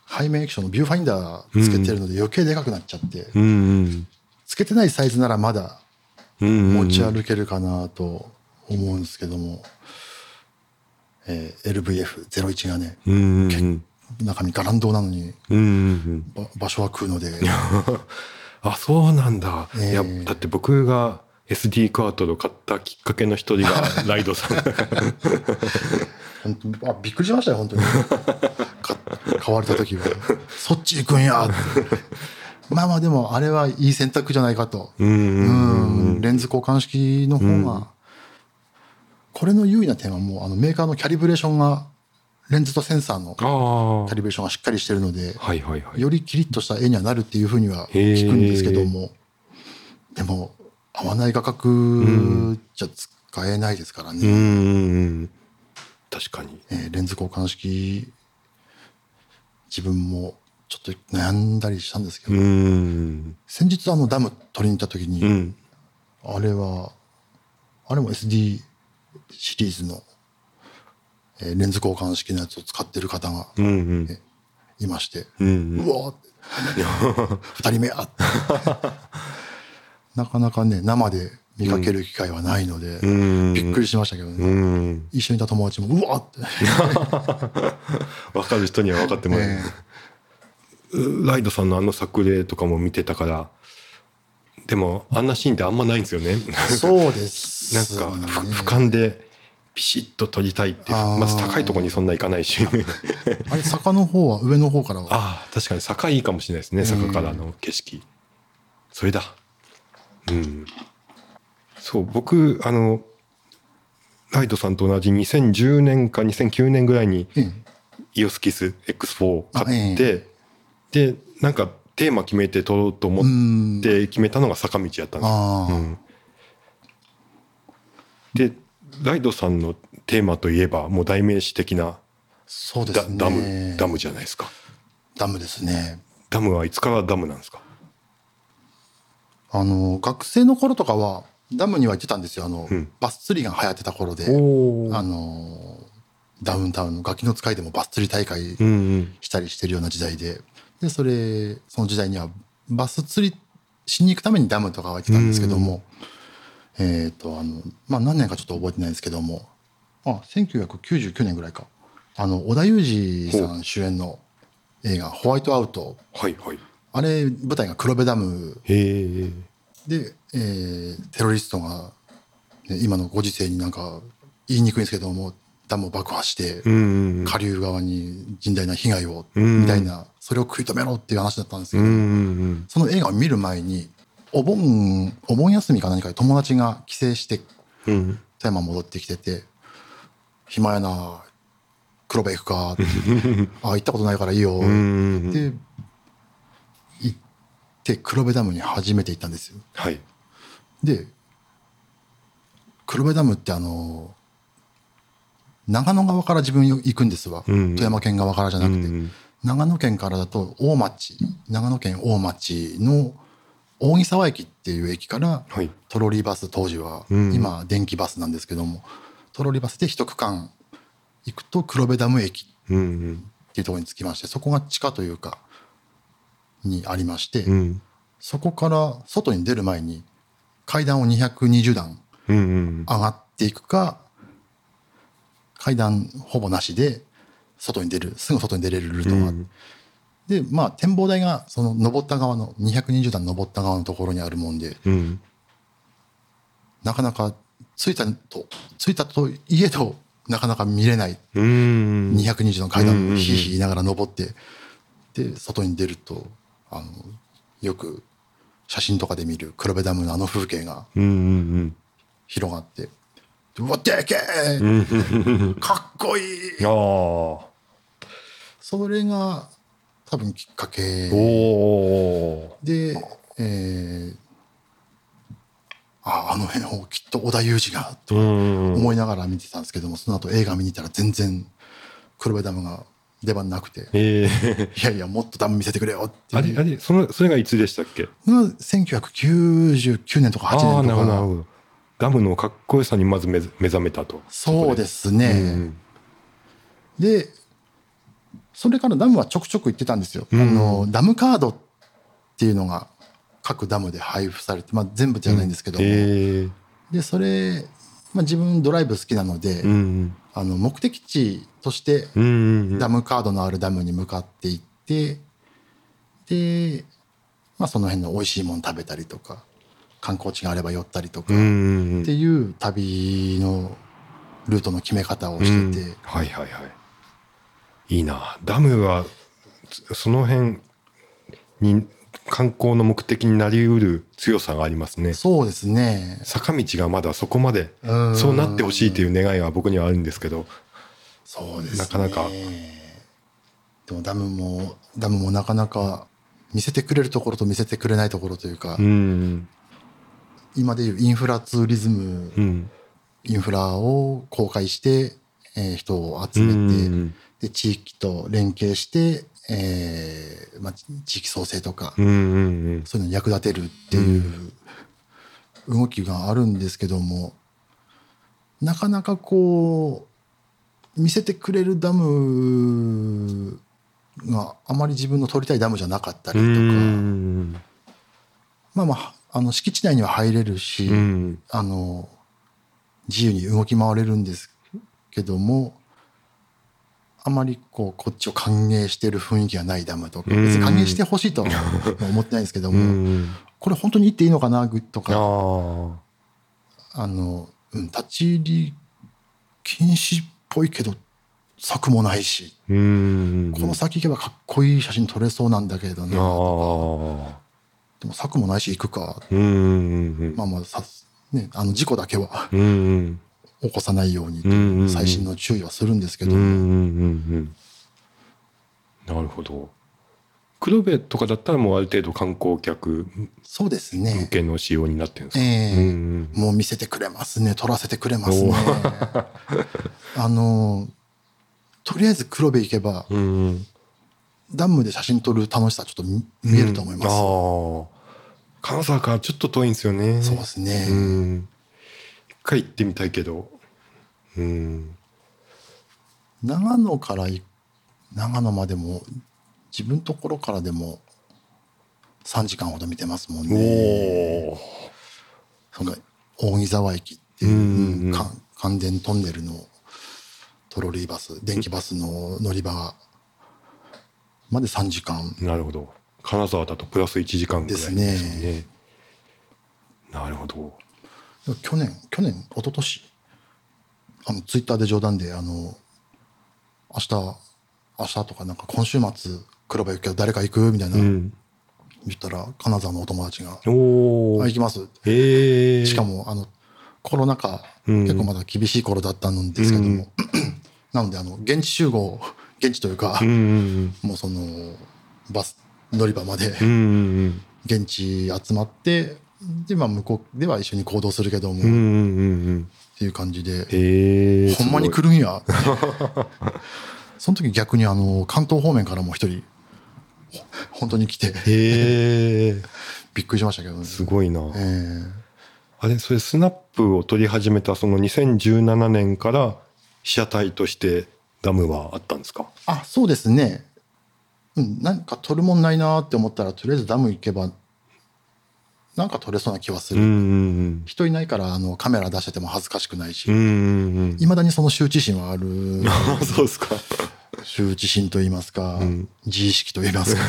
ー背面液晶のビューファインダーつけてるので余計でかくなっちゃって、
うんうん
つけてないサイズならまだ
うんうんうん
持ち歩けるかなと思うんですけども、えー LVF01 がね
うんうんうん
中身ガランドなのに
うんうんうん
ば場所は食 うので
あそうなんだ、
ええ
いやだって僕が SD クワトロ買ったきっかけの一人がライド さんだから
本当あびっくりしましたよ本当にか買われた時はそっち行くんやってまあまあでもあれはいい選択じゃないかと
うんう
うん
うん
んレンズ交換式の方が、
うん
これの優位な点はもうあのメーカーのキャリブレーションがレンズとセンサーのキ
ああは
ャリブレーションがしっかりしてるので
いはいはい
よりキリッとした絵にはなるっていうふうには聞くんですけどもでも合わない画角じゃ使えないですからね、
うんうんうん確かに
えーレンズ交換式自分もちょっと悩んだりしたんですけど、
うん
先日あのダム取りに行った時に、
うん
あれはあれも SD シリーズの、えーレンズ交換式のやつを使ってる方が
うんうん
いまして、
うんうん
うわ2 人目あなかなかね生で見かける機会はないので、
うん
びっくりしましたけどね、
うん
一緒にいた友達もうわっって
分かる人には分かってもらえる、ライドさんのあの作例とかも見てたからでもあんなシーンってあんまないんですよね
そうで
なん
すよ
か
ね、
ふ俯瞰でピシッと撮りたいって
あー
まず高いところにそんないかないし
あれ坂の方は上の方からは
ああ確かに坂いいかもしれないですね坂からの景色それだうんそう僕あのライドさんと同じ2010年か2009年ぐらいに
ええ
イオスキス X4 買っ
あ
て、でなんかテーマ決めて撮ろうと
う
思っ
ん
て決めたのが坂道やったんですよ
ああ、
うんでライドさんのテーマといえばもう代名詞的な
そうで
ダ,、
すね
ダムダムじゃないですか
ダムですね
ダムはいつからダムなんですか
あの学生の頃とかはダムには行ってたんですよあの、
うん
バス釣りが流行ってた頃で
お
あのダウンタウンのガキの使いでもバス釣り大会
うんうん
したりしてるような時代ででそれその時代にはバス釣りしに行くためにダムとかは行ってたんですけども、えっ、とあのまあ何年かちょっと覚えてないですけどもあ1999年ぐらいかあの織田裕二さん主演の映画「ホワイトアウト
はいはい。」
あれ舞台が黒部ダム
へえ。
で、えーテロリストが、ね、今のご時世になんか言いにくいんですけどもダムを爆破して
うんうん
下流側に甚大な被害を
うん
みたいなそれを食い止めろっていう話だったんですけ
うん。う
ど、
んうんうん。
その映画を見る前にお盆お盆休みか何かで友達が帰省して
うん。
富山戻ってきてて「暇やな黒部行くか」 って「あ行ったことないからいいよ」
うんうんうん。
で行って黒部ダムに初めて行ったんですよ
はい。
で黒部ダムってあの長野側から自分行くんですわ、
うん
富山県側からじゃな
う
くて、
ん
長野県からだと大町長野県大町の大木沢駅っていう駅から
はい
トロリーバス当時は、
うん
今電気バスなんですけどもトロリーバスで一区間行くと黒部ダム駅
うんうん
っていうところに着きましてそこが地下というかにありまして、
うん
そこから外に出る前に階段を220段
うんうん
上がっていくか階段ほぼなしで外に出るすぐ外に出れるルートがあって、でまあ展望台がその登った側の220段登った側のところにあるもんで
うん
なかなか着いたと着いたといえどなかなか見れない
うん
220の階段
う
を
ん
ひいひい言いながら登ってで外に出るとあのよく写真とかで見る黒部ダムのあの風景が
うんうん
広がって「うわでけえかっこいい!
うんああ」お
それが多分きっかけ
お
で、えーああの辺をきっと織田裕二がと
思
思いながら見てたんですけども、その後映画見に行ったら全然黒部ダムが出番なくて
ええ
いやいやもっとダム見せてくれよって
あ
いう
れあれそのそれがいつでしたっけ
が1999年と
あ
か8
あ
年
なる
と
ほどなる
か
ほどダムのかっこよさにまず目覚目覚めたと
そうですすね、でそれからダムはちょくちょく行ってたんですよ、
うん
あのダムカードっていうのが各ダムで配布されて、まあ、全部じゃないんですけども、
ええ
でそれ、まあ、自分ドライブ好きなので、
うん
あの目的地として
うんうんうん
ダムカードのあるダムに向かって行ってで、まあ、その辺の美味しいもの食べたりとか観光地があれば寄ったりとか、
うんうんうん
っていう旅のルートの決め方をしてて、
うんはいはいはいいいなダムはつその辺に観光の目的になりうる強さがありますね
そうですね
坂道がまだそこまで
うん
そうなってほしいという願いは僕にはあるんですけど
そうですね
なかなか
でもダムもダムもなかなか見せてくれるところと見せてくれないところというか、
うん
今でいうインフラツーリズム、
うん
インフラを公開して、えー人を集
う
めて、
ん
で地域と連携して、えーまあ、地域創生とか、
うんうん
そういうのに役立てるっていうう動きがあるんですけどもなかなかこう見せてくれるダムがあまり自分の取りたいダムじゃなかったり
う
とか、
ん
まあまああの敷地内には入れるし、
うん
あの自由に動き回れるんですけどもあまりこうこっちを歓迎してる雰囲気がないダムと
う
か
ん
別に歓迎してほしいとは思ってないんですけど
う
も。
ん
これ本当に行っていいのかなぐと
あ
か
あ
あの、うん、立ち入り禁止っぽいけど策もないし、
うん
この先行けばかっこいい写真撮れそうなんだけれどな、
ああ
でも策もないし行くか
うんうんうん
まあまあさ、ね、あの事故だけは
うんうん
起こさないように
うんうんうん
最新の注意はするんですけど、
うんうんうんうんなるほど黒部とかだったらもうある程度観光客
そうです
向
ね、
けの仕様になってるんです
え
か、
え
うん
もう見せてくれますね撮らせてくれますね あのとりあえず黒部行けば
うんうん
ダムで写真撮る楽しさちょっと見見えると思います、
うんああ金沢からちょっと遠いんですよね
そうですね、
うん一回行ってみたいけどうん
長野からい長野までも自分ところからでも3時間ほど見てますもん
お
ね
お
その大木沢駅っていう,、
うんうんうん
か関電トンネルのトロリーバス電気バスの乗り場がまで3時間。
なるほど。金沢だとプラス1時間ぐらいですね。
です
なるほど。
去年、去年、一昨年あの、ツイッターで冗談で、あの、明日、明日とかなんか今週末、黒部行くけど誰か行くみたいな、
うん。
言ったら、金沢のお友達が、
おお、
あ行きます。
ええ
しかも、あの、コロナ禍、
うん
結構まだ厳しい頃だったんですけども、 なので、あの、現地集合、現地というか
う、んうん
もうその、バス乗り場まで、
うん。うん
現地集まって、で、まあ、向こうでは一緒に行動するけども、
うんうん。うん
っ
うんうん。
ていう感じで、
ええ
ほんまに来る んや。その時逆にあの、関東方面からも一人、ほ本当に来て、
ええ
びっくりしましたけどね。
すごいな。
えー
あれ、それスナップを取り始めたその2017年から被写体としてダムはあったんですか
あ、そうですね。うん、なんか取るもんないなーって思ったら、とりあえずダム行けば、なんか取れそうな気はす
うん
る。
うん
人いないから、あの、カメラ出してても恥ずかしくないし、
うん。う
い
んうんうん。
まだにその羞恥心は ある。
あそうですか。
羞恥心と言いますか、
ん
自意識と言いま すか。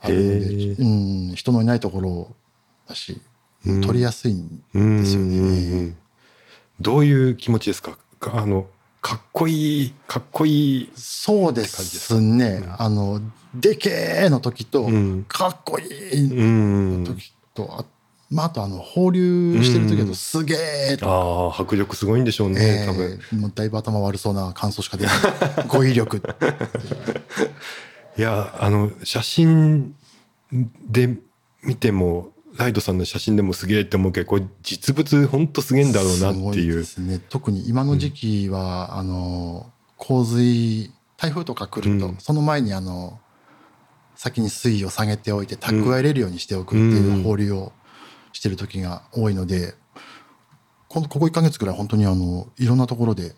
あるんでうん、人のいないところだし、
うん
取りやすいん
うんうん
ですよ
うんう
ね。
ん。どういう気持ちですかかあの、かっこいい、かっこいい。
そうですね。あの、でけーの時と、
うん
かっこいい
うん。
時と、あまあ、あとあの放流してる時だとすげえと、
ああ、迫力すごいんでしょうね、
え
多分。
ーもうだいぶ頭悪そうな感想しか出ない 語彙力
いや、あの、写真で見ても、ライドさんの写真でもすげえって思うけど、これ実物ほんとすげえんだろうなっていう。
すごですね特に今の時期は、あの洪水台風とか来ると、
うん
その前にあの先に水位を下げておいて蓄えれるようにしておくって
う
い
ん
う放流をしてる時が多いのでこのここ1か月くらい本当にあのいろんなところで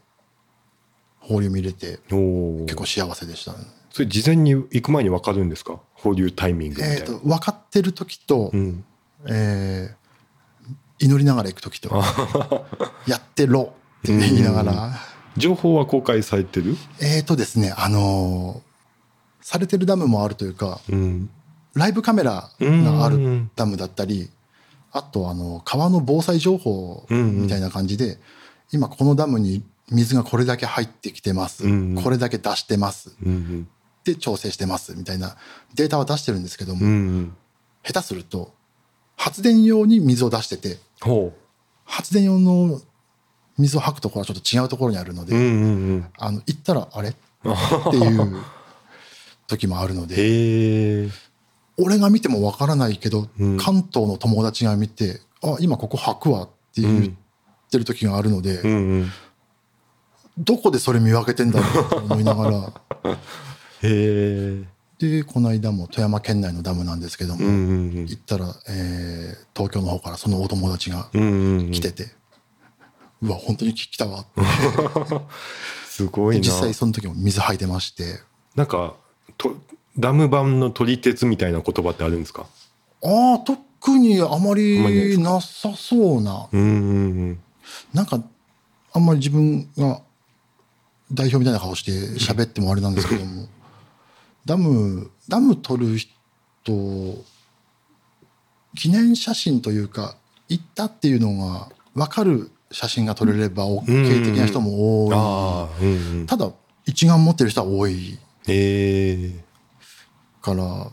放流見れて
おお。
結構幸せでしたね。
それ事前に行く前に分かるんですか放流タイミングみたい
え
な。
ー、と分かってる時と、
うん。
えー祈りながら行く時と「やってろ」って言いながら
情報は公開されてる
えー、とですねあのーされてるダムもあるというか
うん。
ライブカメラがあるダムだったりあとあの川の防災情報みたいな感じで、今このダムに水がこれだけ入ってきてます、
うんうん
これだけ出してます
うん
で調整してますみたいなデータは出してるんですけども、
うん。うん。
下手すると発電用に水を出してて
ほ
発電用の水を吐くところはちょっと違うところにあるので、
う。うんうんうん。
あの行ったらあれっていう時もあるので
へえ。
俺が見てもわからないけど、
うん
関東の友達が見て「あ今ここ吐くわ」って
う
言っ
ん。
てる時があるので、
うんうん。
どこでそれ見分けてんだろうと思いなが ら
へえ。
でこの間も富山県内のダムなんですけど
う
も、
んうんうん
行ったら、えー東京の方からそのお友達が
うんうんうん。
来てて「うわ本当に来たわ」って
すごいな。
実際その時も水吐いてまして。
なんかとダム版の撮り鉄みたいな言葉ってあるんですか
ああ、特にあま
あんまりないで
り
す
なさそうな。
うんうんうん
なんか、あんまり自分が代表みたいな顔して喋ってもあれなんですけ ども、ダム、ダム撮る人、記念写真というか、行ったっていうのが分かる写真が撮れれば OK 的な人も多
ああうんうん
い。ただ、一眼持ってる人は多い
ええ
から、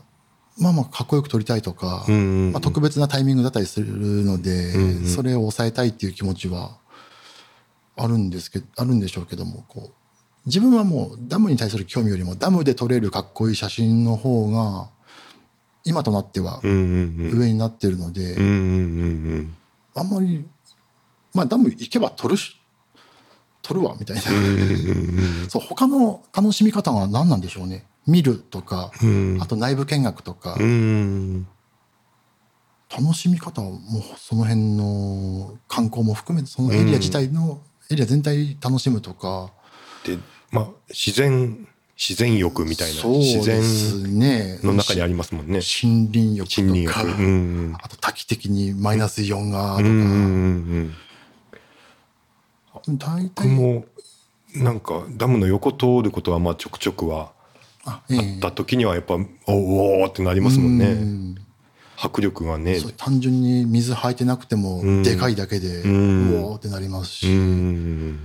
まあまあ、かっこよく撮りたいとか、
うんうん
まあ、特別なタイミングだったりするので、
んうん
それを抑えたいっていう気持ちはあるんですけどあるんでしょうけどもこう自分はもうダムに対する興味よりもダムで撮れるかっこいい写真の方が今となっては
うんうん
上になってるので、
うんうんうんうん
あんまりまあダム行けば撮るし撮るわみたいな、そう他の楽しみ方が何なんでしょうね見るとか、
うん
あと内部見学とか、
うんうん
楽しみ方はもうその辺の観光も含めてそのエリア自体のエリア全体楽しむとか、
でまあ自然自然浴みたいな、
そう
自
で
然
すね
の中にありますもんね
し森林浴
森林
と
浴う
か、
んうん
あと多期的にマイナスイオンが
う
とか、
んうんうんうん
大
僕
体
もなんかダムの横通ることはまあちょくちょくは
あええ
あった時にはやっぱ、おおーってなりますもん
う
ね
ん
迫力がね
そう単純に水履いてなくても
ん
でかいだけで
ん
うおーってなります
う
し
ん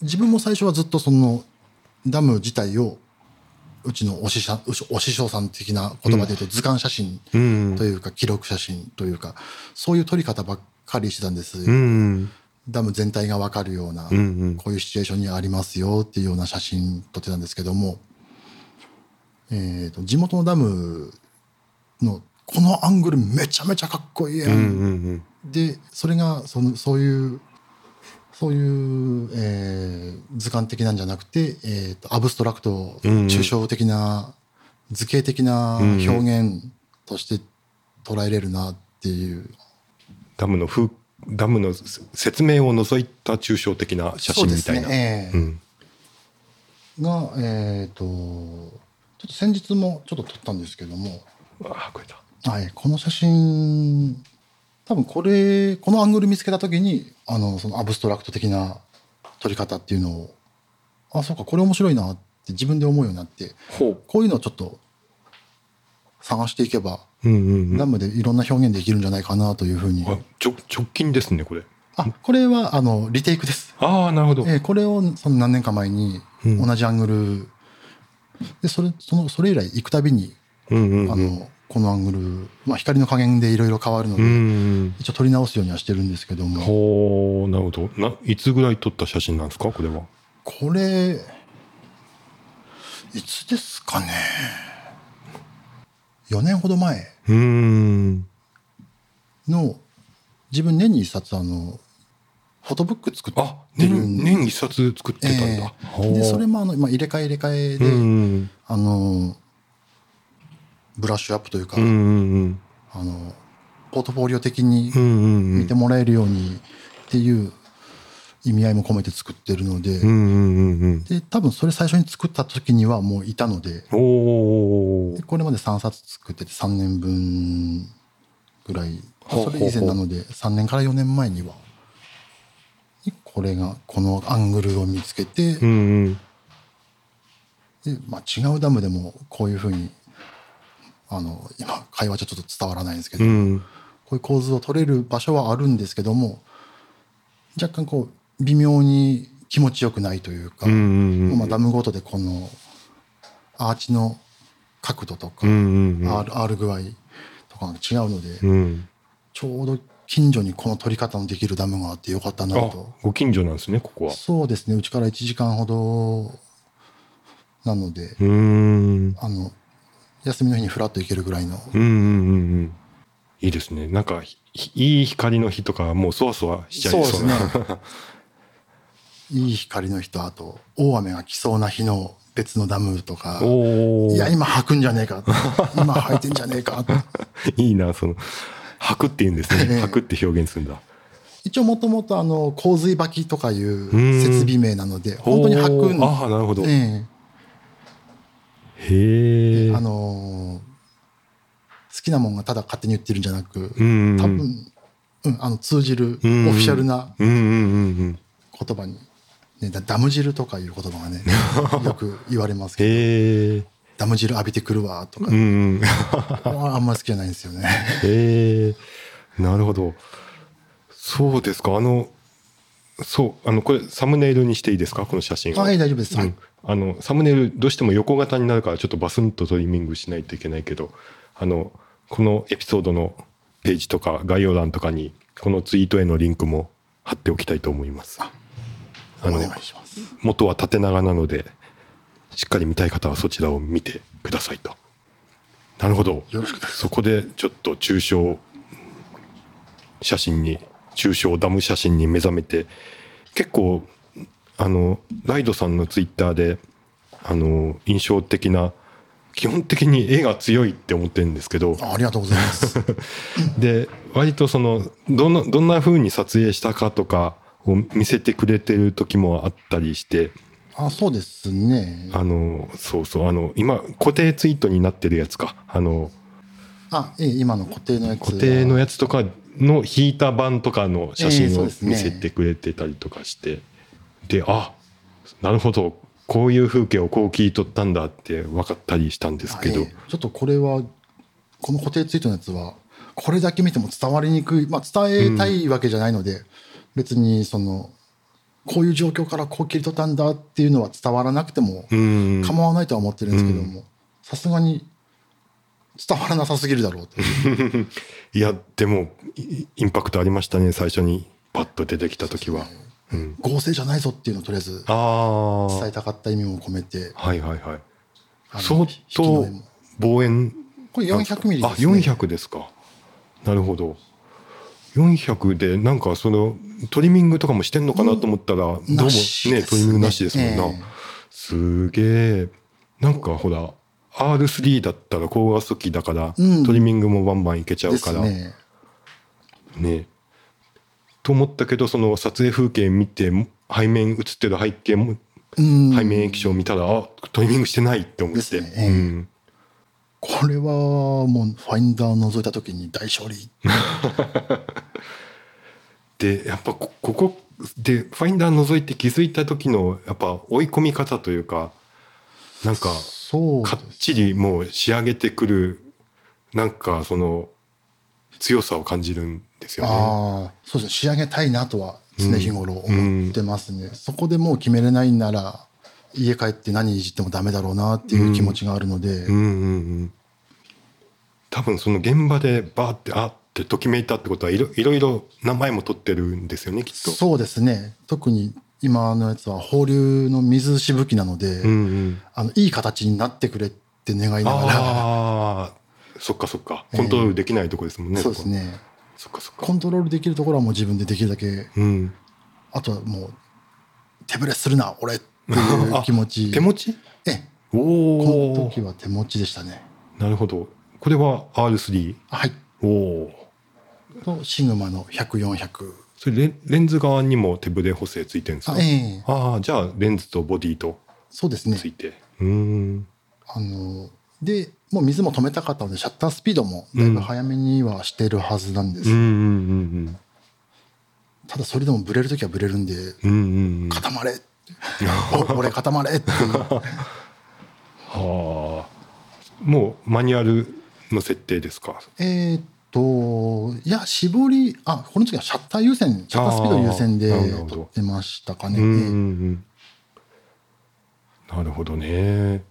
自分も最初はずっとそのダム自体をうちのお師匠うちお師匠さん的な言葉で言うと図鑑写真
うん
というか記録写真というかそういう撮り方ばっかりしてたんです、
うん
ダム全体が分かるような、
うんうん
こういうシチュエーションにありますよっていうような写真撮ってたんですけども、えー、と地元のダムのこのアングルめちゃめちゃかっこいいやん、
うんうん
でそれがそのそういうそういう、えー図鑑的なんじゃなくて、えーとアブストラクト、
うんうん
抽象的な図形的な
うん
表現として捉えれるなっていう
ダムの風ダムの説明を除いた抽象的な写真みたい
そうです
な。
ねえ
う
え
ん
が、えー、とちょっと先日もちょっと撮ったんですけども、
あこれだ。
はい、この写真多分これこのアングル見つけた時にあのそのアブストラクト的な撮り方っていうのをあそうかこれ面白いなって自分で思うようになって
ほ
こういうのをちょっと探していけば、
う。うんうんう
ダ
ん。
ムでいろんな表現できるんじゃないかなというふうに
あちょ直近ですねこれ。
あこれはあのリテイクです
ああなるほど。
えーこれをその何年か前に
うん
同じアングル、でそれそのそれ以来行くたびに、
うんうん
あ
うん。
のこのアングル、まあ、光の加減でいろいろ変わるので、
うんうん
一応撮り直すようにはしてるんですけども
ほうなるほど。ないつぐらい撮った写真なんですかこれは。
これいつですかね4年ほど前
うーん。
の自分年に一冊あのフォトブック作って
あ年
ん
年一冊作ってたんだ。
えー
ほう
でそれもあの、まあ、入れ替え入れ替えで、
うんうん
あのブラッシュアップというか、
うんうんうん
あのポートフォリオ的に
うんうんう
見
ん
てもらえるようにっていう意味合いも込めて作ってるので、
うんうんうんうん。
で多分それ最初に作った時にはもういたので
おお
で。これまで3冊作ってて3年分ぐらい
ほうほ
そう
ほう
れ以前なので3年から4年前にはでこれがこのアングルを見つけて、
うんうん。
でまあ、違うダムでもこういうふうにあの今会話じゃちょっと伝わらないんですけど、
うん
こういう構図を取れる場所はあるんですけども若干こう微妙に気持ちよくないというか、
うんうんうん
まあ、ダムごとでこのアーチの角度とか、
うんうんうん。
ある R 具合とかが違うので、
うん。
ちょうど近所にこの取り方のできるダムがあってよかったな
あ
と
ご近所なんですねここは。
そうですねうちから1時間ほどなので、
うーん。
あの休みの日にふらっと行けるぐらいの
うんうんうんうん。いいですね。なんか、ひいい光の日とか、もうそわそわしちゃいそう な。
そうですねいい光の日とあと大雨が来そうな日の別のダムとか
おお。
いや
い
今吐くんじゃねえか今吐いてんじゃね えか
いな、その、吐くって言うんです
え
ね。
え
吐くって表現するんだ。
一応もともとあの洪水履きとかいう
うん
設備名なので本当に吐くん
おーああ、なるほど。へ
え
え。
えあのー好きなもんがただ勝手に言ってるんじゃなく、
うんうんうん、
多分、うん、あの通じるオフ
んうん
ィシャルな
うんうんうんうん。
言葉に、ね、だダム汁とかいう言葉 がねよく言われますけど
へえ。
ダム汁浴びてくるわとか
うんうん。
あんまり好きじゃないんですよ ね。
へえ、なるほど。そうですか。あの、そう、あの、これ、サムネイルにしていいですかこの写真を。
はい、大丈夫です。
う
はい
ん、あの、サムネイル、どうしても横型になるから、ちょっとバスンとトリミングしないといけないけど、あの、このエピソードのページとか概要欄とかに、このツイートへのリンクも貼っておきたいと思います。あ
お
の
願いします。
元は縦長なので、しっかり見たい方はそちらを見てくださいと。なるほど。
よろしくで
そこでちょっと抽象写真に、抽象ダム写真に目覚めて、結構、あの、ライドさんのツイッターで、あの、印象的な、基本的に絵が強いって思ってるんですけど、
あありがとうござい ます。
で割とそのどのどんな風に撮影したかとかを見せてくれてる時もあったりして
あ、そうですね。
あのそうそうあの今固定ツイートになってるやつかあの
あ、ええ、今の固定のやつ。
固定のやつとかの引いた版とかの写
ええ
真
そう
を
ですね
見せてくれてたりとかして、であなるほどこういう風景をこう切り取ったんだって分かったりしたんですけど、
あええちょっとこれはこの固定ツイートのやつはこれだけ見ても伝わりにくい、まあ、伝えたいわけじゃないので、別にそのこういう状況からこう切り取ったんだっていうのは伝わらなくても
うん
構わないとは思ってるんですけどもさすがに伝わらなさすぎるだろうと
いやでもいインパクトありましたね最初にパッと出てきた時は、うん、
合成じゃないぞっていうのをとりあえず
ああ
伝えたかった意味も込めて
はいはいはい
あの
相
引きの
当
絵も
望遠
これ400ミリ
あ
ですね
400ですかなるほど400でなんかそのトリミングとかもしてんのかなと思ったら、どうも
な
ね
しですね
トリミングなしですもんな、
ええ
すげえなんかほら R3 だったら高画素機だから、
うん
トリミングもバンバンいけちゃ
で
うか
す
ら
ね
ねと思ったけどその撮影風景見て背面映ってる背景も
うん
背面液晶見たら、あトリミングしてないって思っ
で
て、
すねええ
うん
これはもうファインダーを覗いた時に大勝利
でやっぱこここでファインダー覗いて気づいた時のやっぱ追い込み方というかなんか
そう
かっ
です
ちりもう仕上げてくるなんかその強さを感じるんですよね。
ああそうですね仕上げたいなとは常日頃思ってますね、そこでもう決めれないなら家帰って何いじってもダメだろうなっていう気持ちがあるので、
うんうんうん、多分その現場でバーってあってときめいたってことはいろいろいろ名前も取ってるんですよねきっと。
そうですね特に今のやつは放流の水しぶきなので、
うんうん、
あのいい形になってくれって願いながら、
ああそっかそっかコントロールできないとこですもんね。
そうですね
そこそっかそっか。
コントロールできるところはもう自分でできるだけ
うん
あとはもう手ぶれするな俺っていう気持ち
手持ち
ええ
お
この
お
時は手持ちでしたね
なるほどこれは R3
はい
おおー
とシグマの100400
それレンレンズ側にも手ぶれ補正ついてるんですか
あええ
ああじゃあレンズとボディと
そうですね
ついてうーん
あのでもう水も止めたかったのでシャッタースピードもだいぶ早めにはしてるはずなんです、
うんうん
ただそれでもブレる時はブレるんで
うんうんうんうんうん
「固まれ!お」俺固ま れ!」っていう
はあもうマニュアルの設定ですか
えーっといや絞りあこの時はシャッター優先シャッタースピード優先で
あーなるほど
撮ってましたかね、
うんうんう
ええ
んなるほどね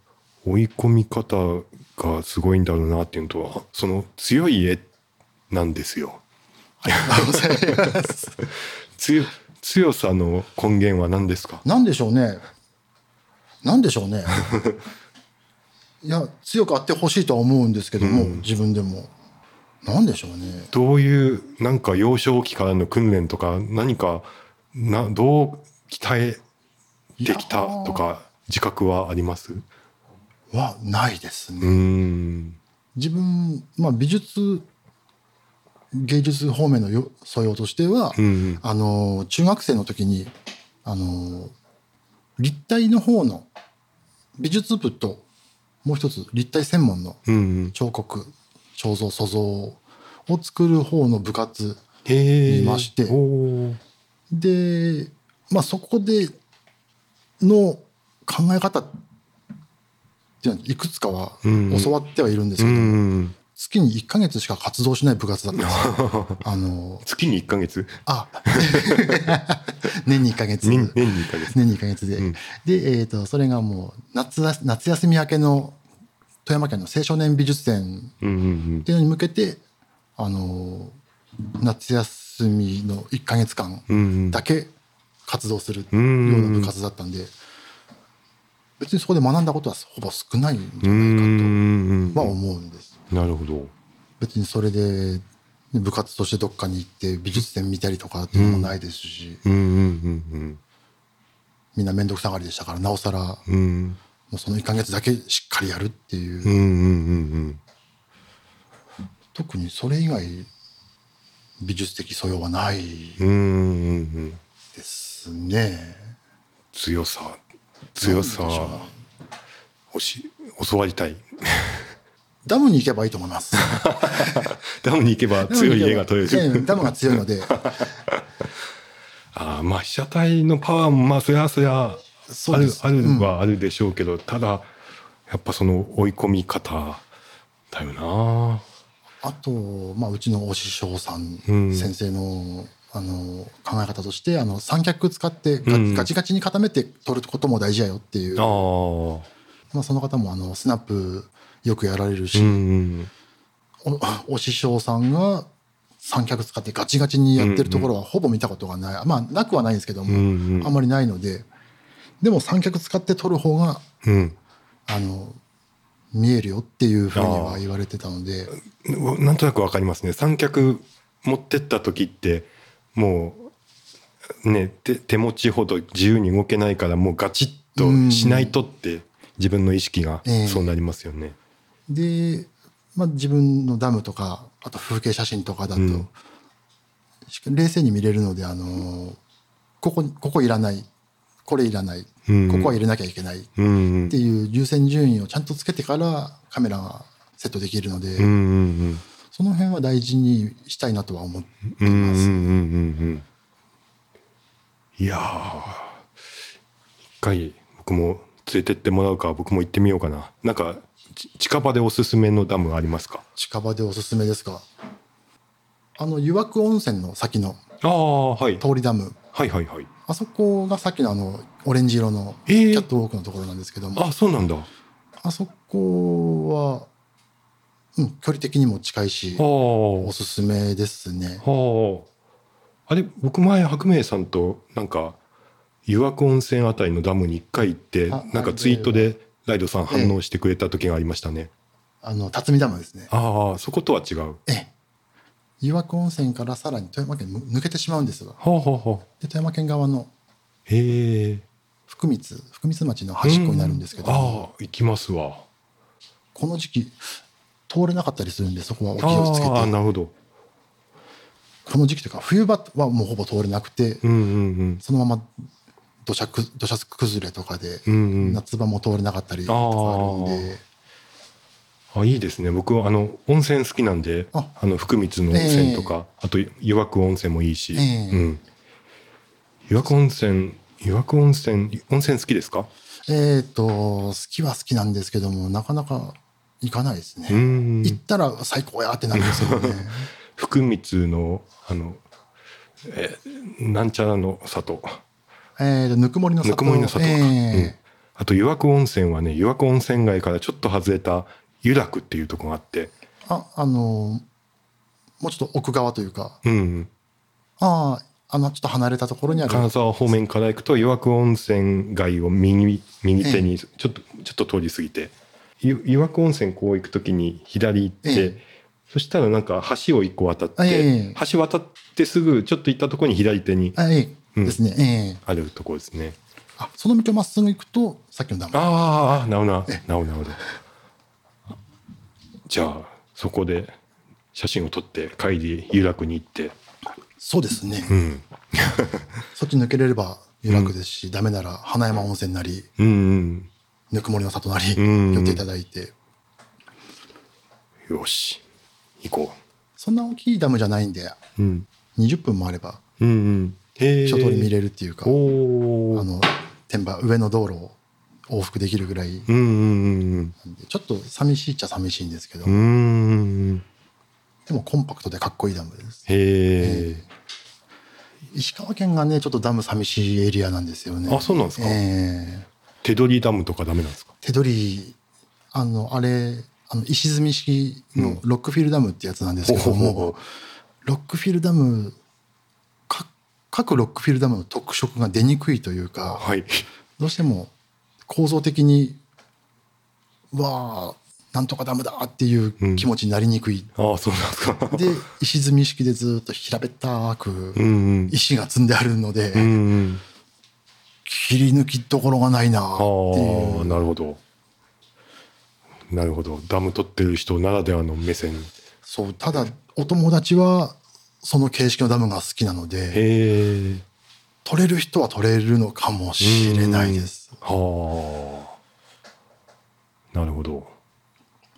追い込み方がすごいんだろうなっていうのとはその強い絵なんですよ
ありがとうございます
強強さの根源は何ですか
なんでしょうね。なんで しょうね。いや、強くあってほしいとは思うんですけども、自分でも。なんでしょうね。
どういうなんか幼少期からの訓練とか何かなどう鍛えてきたとか自覚はあります
は、ないです
うー
ね。
ん
自分、まあ、美術、芸術方面のよ素養としては、
うん
あの、中学生の時に、あの、立体の方の美術部と、もう一つ立体専門の
うんうん
彫刻、彫像、塑像を作る方の部活
へえ
いまして
おー
で、まあ、そこでの考え方っていうのはいくつかは
うんうん
教わってはいるんです
う
けど、
んうん
月に1か月しか活動しない部活だったんですよあの
月に1か月
あ 年に1か月
年年に1か月
年に1か月で、
うん
で、えー、とそれがもう夏や夏休み明けの富山県の青少年美術展
うんうん
っていうのに向けてあの夏休みの1か月間
うんうん
だけ活動するよ
う
うなん部活だったんで別にそこで学んだことはほぼ少ないん
う
じ
ん
ゃ
う
な
ん
いかとは思うんです
うんなるほど
別にそれでね部活としてどっかに行って美術展見たりとかっていうのもないですし
うんうんうん
みんな面倒くさがりでしたからなおさらも
うんうん
うその1ヶ月だけしっかりやるっていううん
うんうんうん
特にそれ以外美術的素養はない
うんうんうん
ですね
強さ強さ
なんでしょう
教え教わりたい
ダムに行けばいいと思います
ダムに行けば 強い絵が撮れ
ダムに
る
行けばええダムが強 いので
ああまあ被写体のパワーもまあそりゃそりゃ
そ
あ
うで
る
す
あるはあるでしょうけど、ただやっぱその追い込み方だよな
あと、まあ、うちのお師匠さん、
うん
先生のあの考え方としてあの三脚使ってガ,、
うん
ガチガチに固めて取ることも大事やよっていう
あー
まあ、その方もあのスナップよくやられるし、
うん
おお師匠さんが三脚使ってガチガチにやってるところはほぼ見たことがない、まあなくはないんですけど
う
も、
ん
あんまりないのででも三脚使って撮る方が
うん
あの見えるよっていうふうには言われてたので
うんなんとなくわかりますね三脚持ってった時ってもうね手手持ちほど自由に動けないからもうガチッとしないとって自分の意識が
ええ
そうなりますよね。
で、まあ、自分のダムとかあと風景写真とかだと、
うん
し冷静に見れるのであのここここいらないこれいらないこ
うん
こは入れなきゃいけない
うんうん
っていう優先順位をちゃんとつけてからカメラがセットできるので、
うんうん
その辺は大事にしたいなとは思って
うんうんうん
ます。
うんうんいやー一回僕も連れてってもらうか僕も行ってみようかななんかち近場でおすすめのダムありますか
近場でおすすめですかあの湯涌温泉の先の
ああ、はい、
通りダム
はいはいはい
あそこがさっきのあのオレンジ色の
え
キ
ー
ャットウォークのところなんですけども、
あそうなんだあ
あそこは、うん、距離的にも近いし
あ
おすすめですね
はあ。あれ、僕前、白明さんと、なんか、湯涌温泉あたりのダムに一回行って、
あ
なんかツイートで、ライドさん反応してくれた時がありましたね。
あの辰巳ダムですね
ああ、そことは違う。は
ええ湯涌温泉からさらに富山県に抜けてしまうんですが
あ、はあはあ、
で富山県側の
へえ。
福光福光町の端っこになるんですけど、
うああ、行きますわ。
この時期通れなかったりするんでそこはお気をつけ
ああ、
て
なるほど。
この時期というか冬場はもうほぼ通れなくて、
うんうん
そのまま土砂く土砂崩れとかで、
うん。うんうん。
夏場も通れなかったりとかあるんで
あ、いいですね。僕は、あの、温泉好きなんで、あ
あ
の、福光の温泉とか、あと、湯涌温泉もいいし、
ええ
うん。湯涌温泉、湯涌温泉、温泉好きですか
えっ、と好きは好きなんですけどもなかなか行かないですね、
うん
行ったら最高やってなるんです よね
福光のあのえーなんちゃらの里
えっとぬくもりの
ぬ
里
くもりの里か、
え
うん
え、
あと湯涌温泉はね湯涌温泉街からちょっと外れた湯楽っていうとこがあって、
ああのもうちょっと奥側というか
うん、
あああのちょっと離れたところにある
金沢方面から行くと湯涌温泉街を右右手にちょっとちょっと通り過ぎて湯湯涌温泉こう行く時に左行って、
え
そしたらなんか橋を一個渡って、
ええ
橋渡ってすぐちょっと行ったところに左手に
あえ
う
え
ん
ですね、ええ
あるところですね。
あその道をまっすぐ行くとさっきのダム
ああ、なおな、なおなおな。じゃあ、そこで写真を撮って、帰り、有楽に行って。
そうですね、
うん。
そっち抜けれれば湯楽ですし、ダメなら花山温泉なり
うんうん、
ぬくもりの里なり
うん
寄っていただいて、
よし、行こ
そんな大きいダムじゃないんで
う。うん。
20分もあれば
うんうん。へえ。
一通り見れるっていうか、
お
あ
お。
の天馬上の道路を往復できるぐらい
うんうん
なんでちょっと寂しいっちゃ寂しいんですけど、
うんうん。うんうん。
でもコンパクトでかっこいいダムです
へえ。
石川県がねちょっとダム寂しいエリアなんですよね
あそうなんですか
ええ
手取りダムとかダメなんですか。
手取りあのあれあの石積み式のロックフィールダムってやつなんですけど
ほう
も、
ほうほう
ロックフィールダムか各ロックフィールダムの特色が出にくいというか
はい。
どうしても構造的にわあなんとかダムだっていう気持ちになりにくい、
ああ、そうなんですか。
で石積み式でずっと平べったく
うんうん。
石が積んであるので、
うんうん。
切り抜きどころがないなっていう
ああ、なるほど。なるほど。ダム取ってる人ならではの目線。
そうただお友達はその形式のダムが好きなので
へえ。
取れる人は取れるのかもしれないです
はあ。なるほど。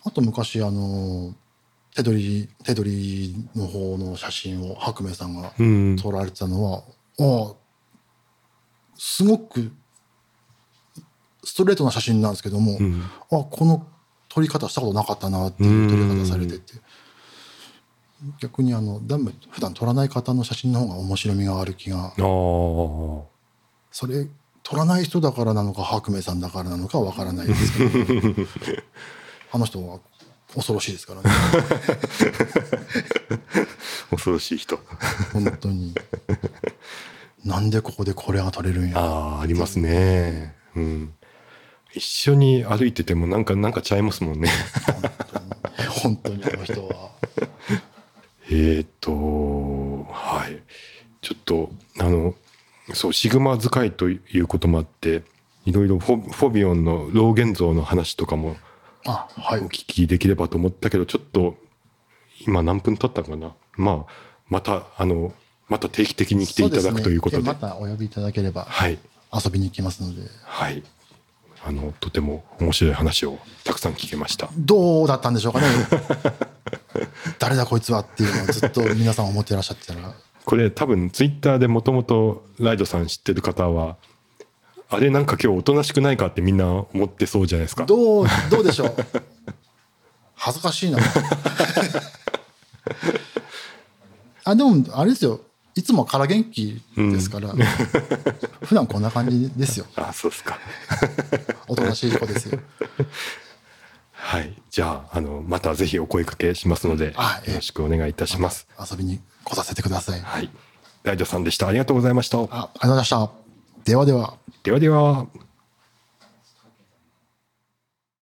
あと昔あの手取り手取りの方の写真を白明さんが
うん。
撮られてたのは、ああすごくストレートな写真なんですけども、
うん
あこの撮り方したことなかったなっていう撮り方されてて逆にあのダム普段撮らない方の写真の方が面白みがある気が
あー
それ撮らない人だからなのか白明さんだからなのかわからないですけど あの人は恐ろしいですからね
恐ろしい人。
本当になんでここでこれが撮れる んや
ああ、ありますね。うん。一緒に歩いててもなんか、なんかちゃいますもんね。
本当にあの人は
えーっと、はい。ちょっと、あの、そう、シグマ使いということもあって、いろいろフォフォビオンの老現像の話とかも
あはい
お聞きできればと思ったけど、ちょっと、今何分経ったかな。まあ、また、あの、また定期的に来ていただくということで。
そうすねまたお呼びいただければ
はい。
遊びに行きますので
はい。あの、とても面白い話をたくさん聞けました。
どうだったんで しょうかね誰だこいつはっていうのをずっと皆さん思ってらっしゃってたら
これ多分ツイッターでもともとライドさん知ってる方は、あれなんか今日おとなしくないかってみんな思ってそうじゃないですか。
どうどうでしょう恥ず かしいなあでもあれですよいつもから元気ですから、 普段こんな感じですよ
あ、そうですか。
おとなしい子ですよ
はい。じゃあ、あの、またぜひお声かけしますので、よ
あええ
ろしくお願いいたします。
遊びに来させてくださいあ
はい。ライドさんでした。ありがとうございました。
ありがとうございましたではでは
ではでは。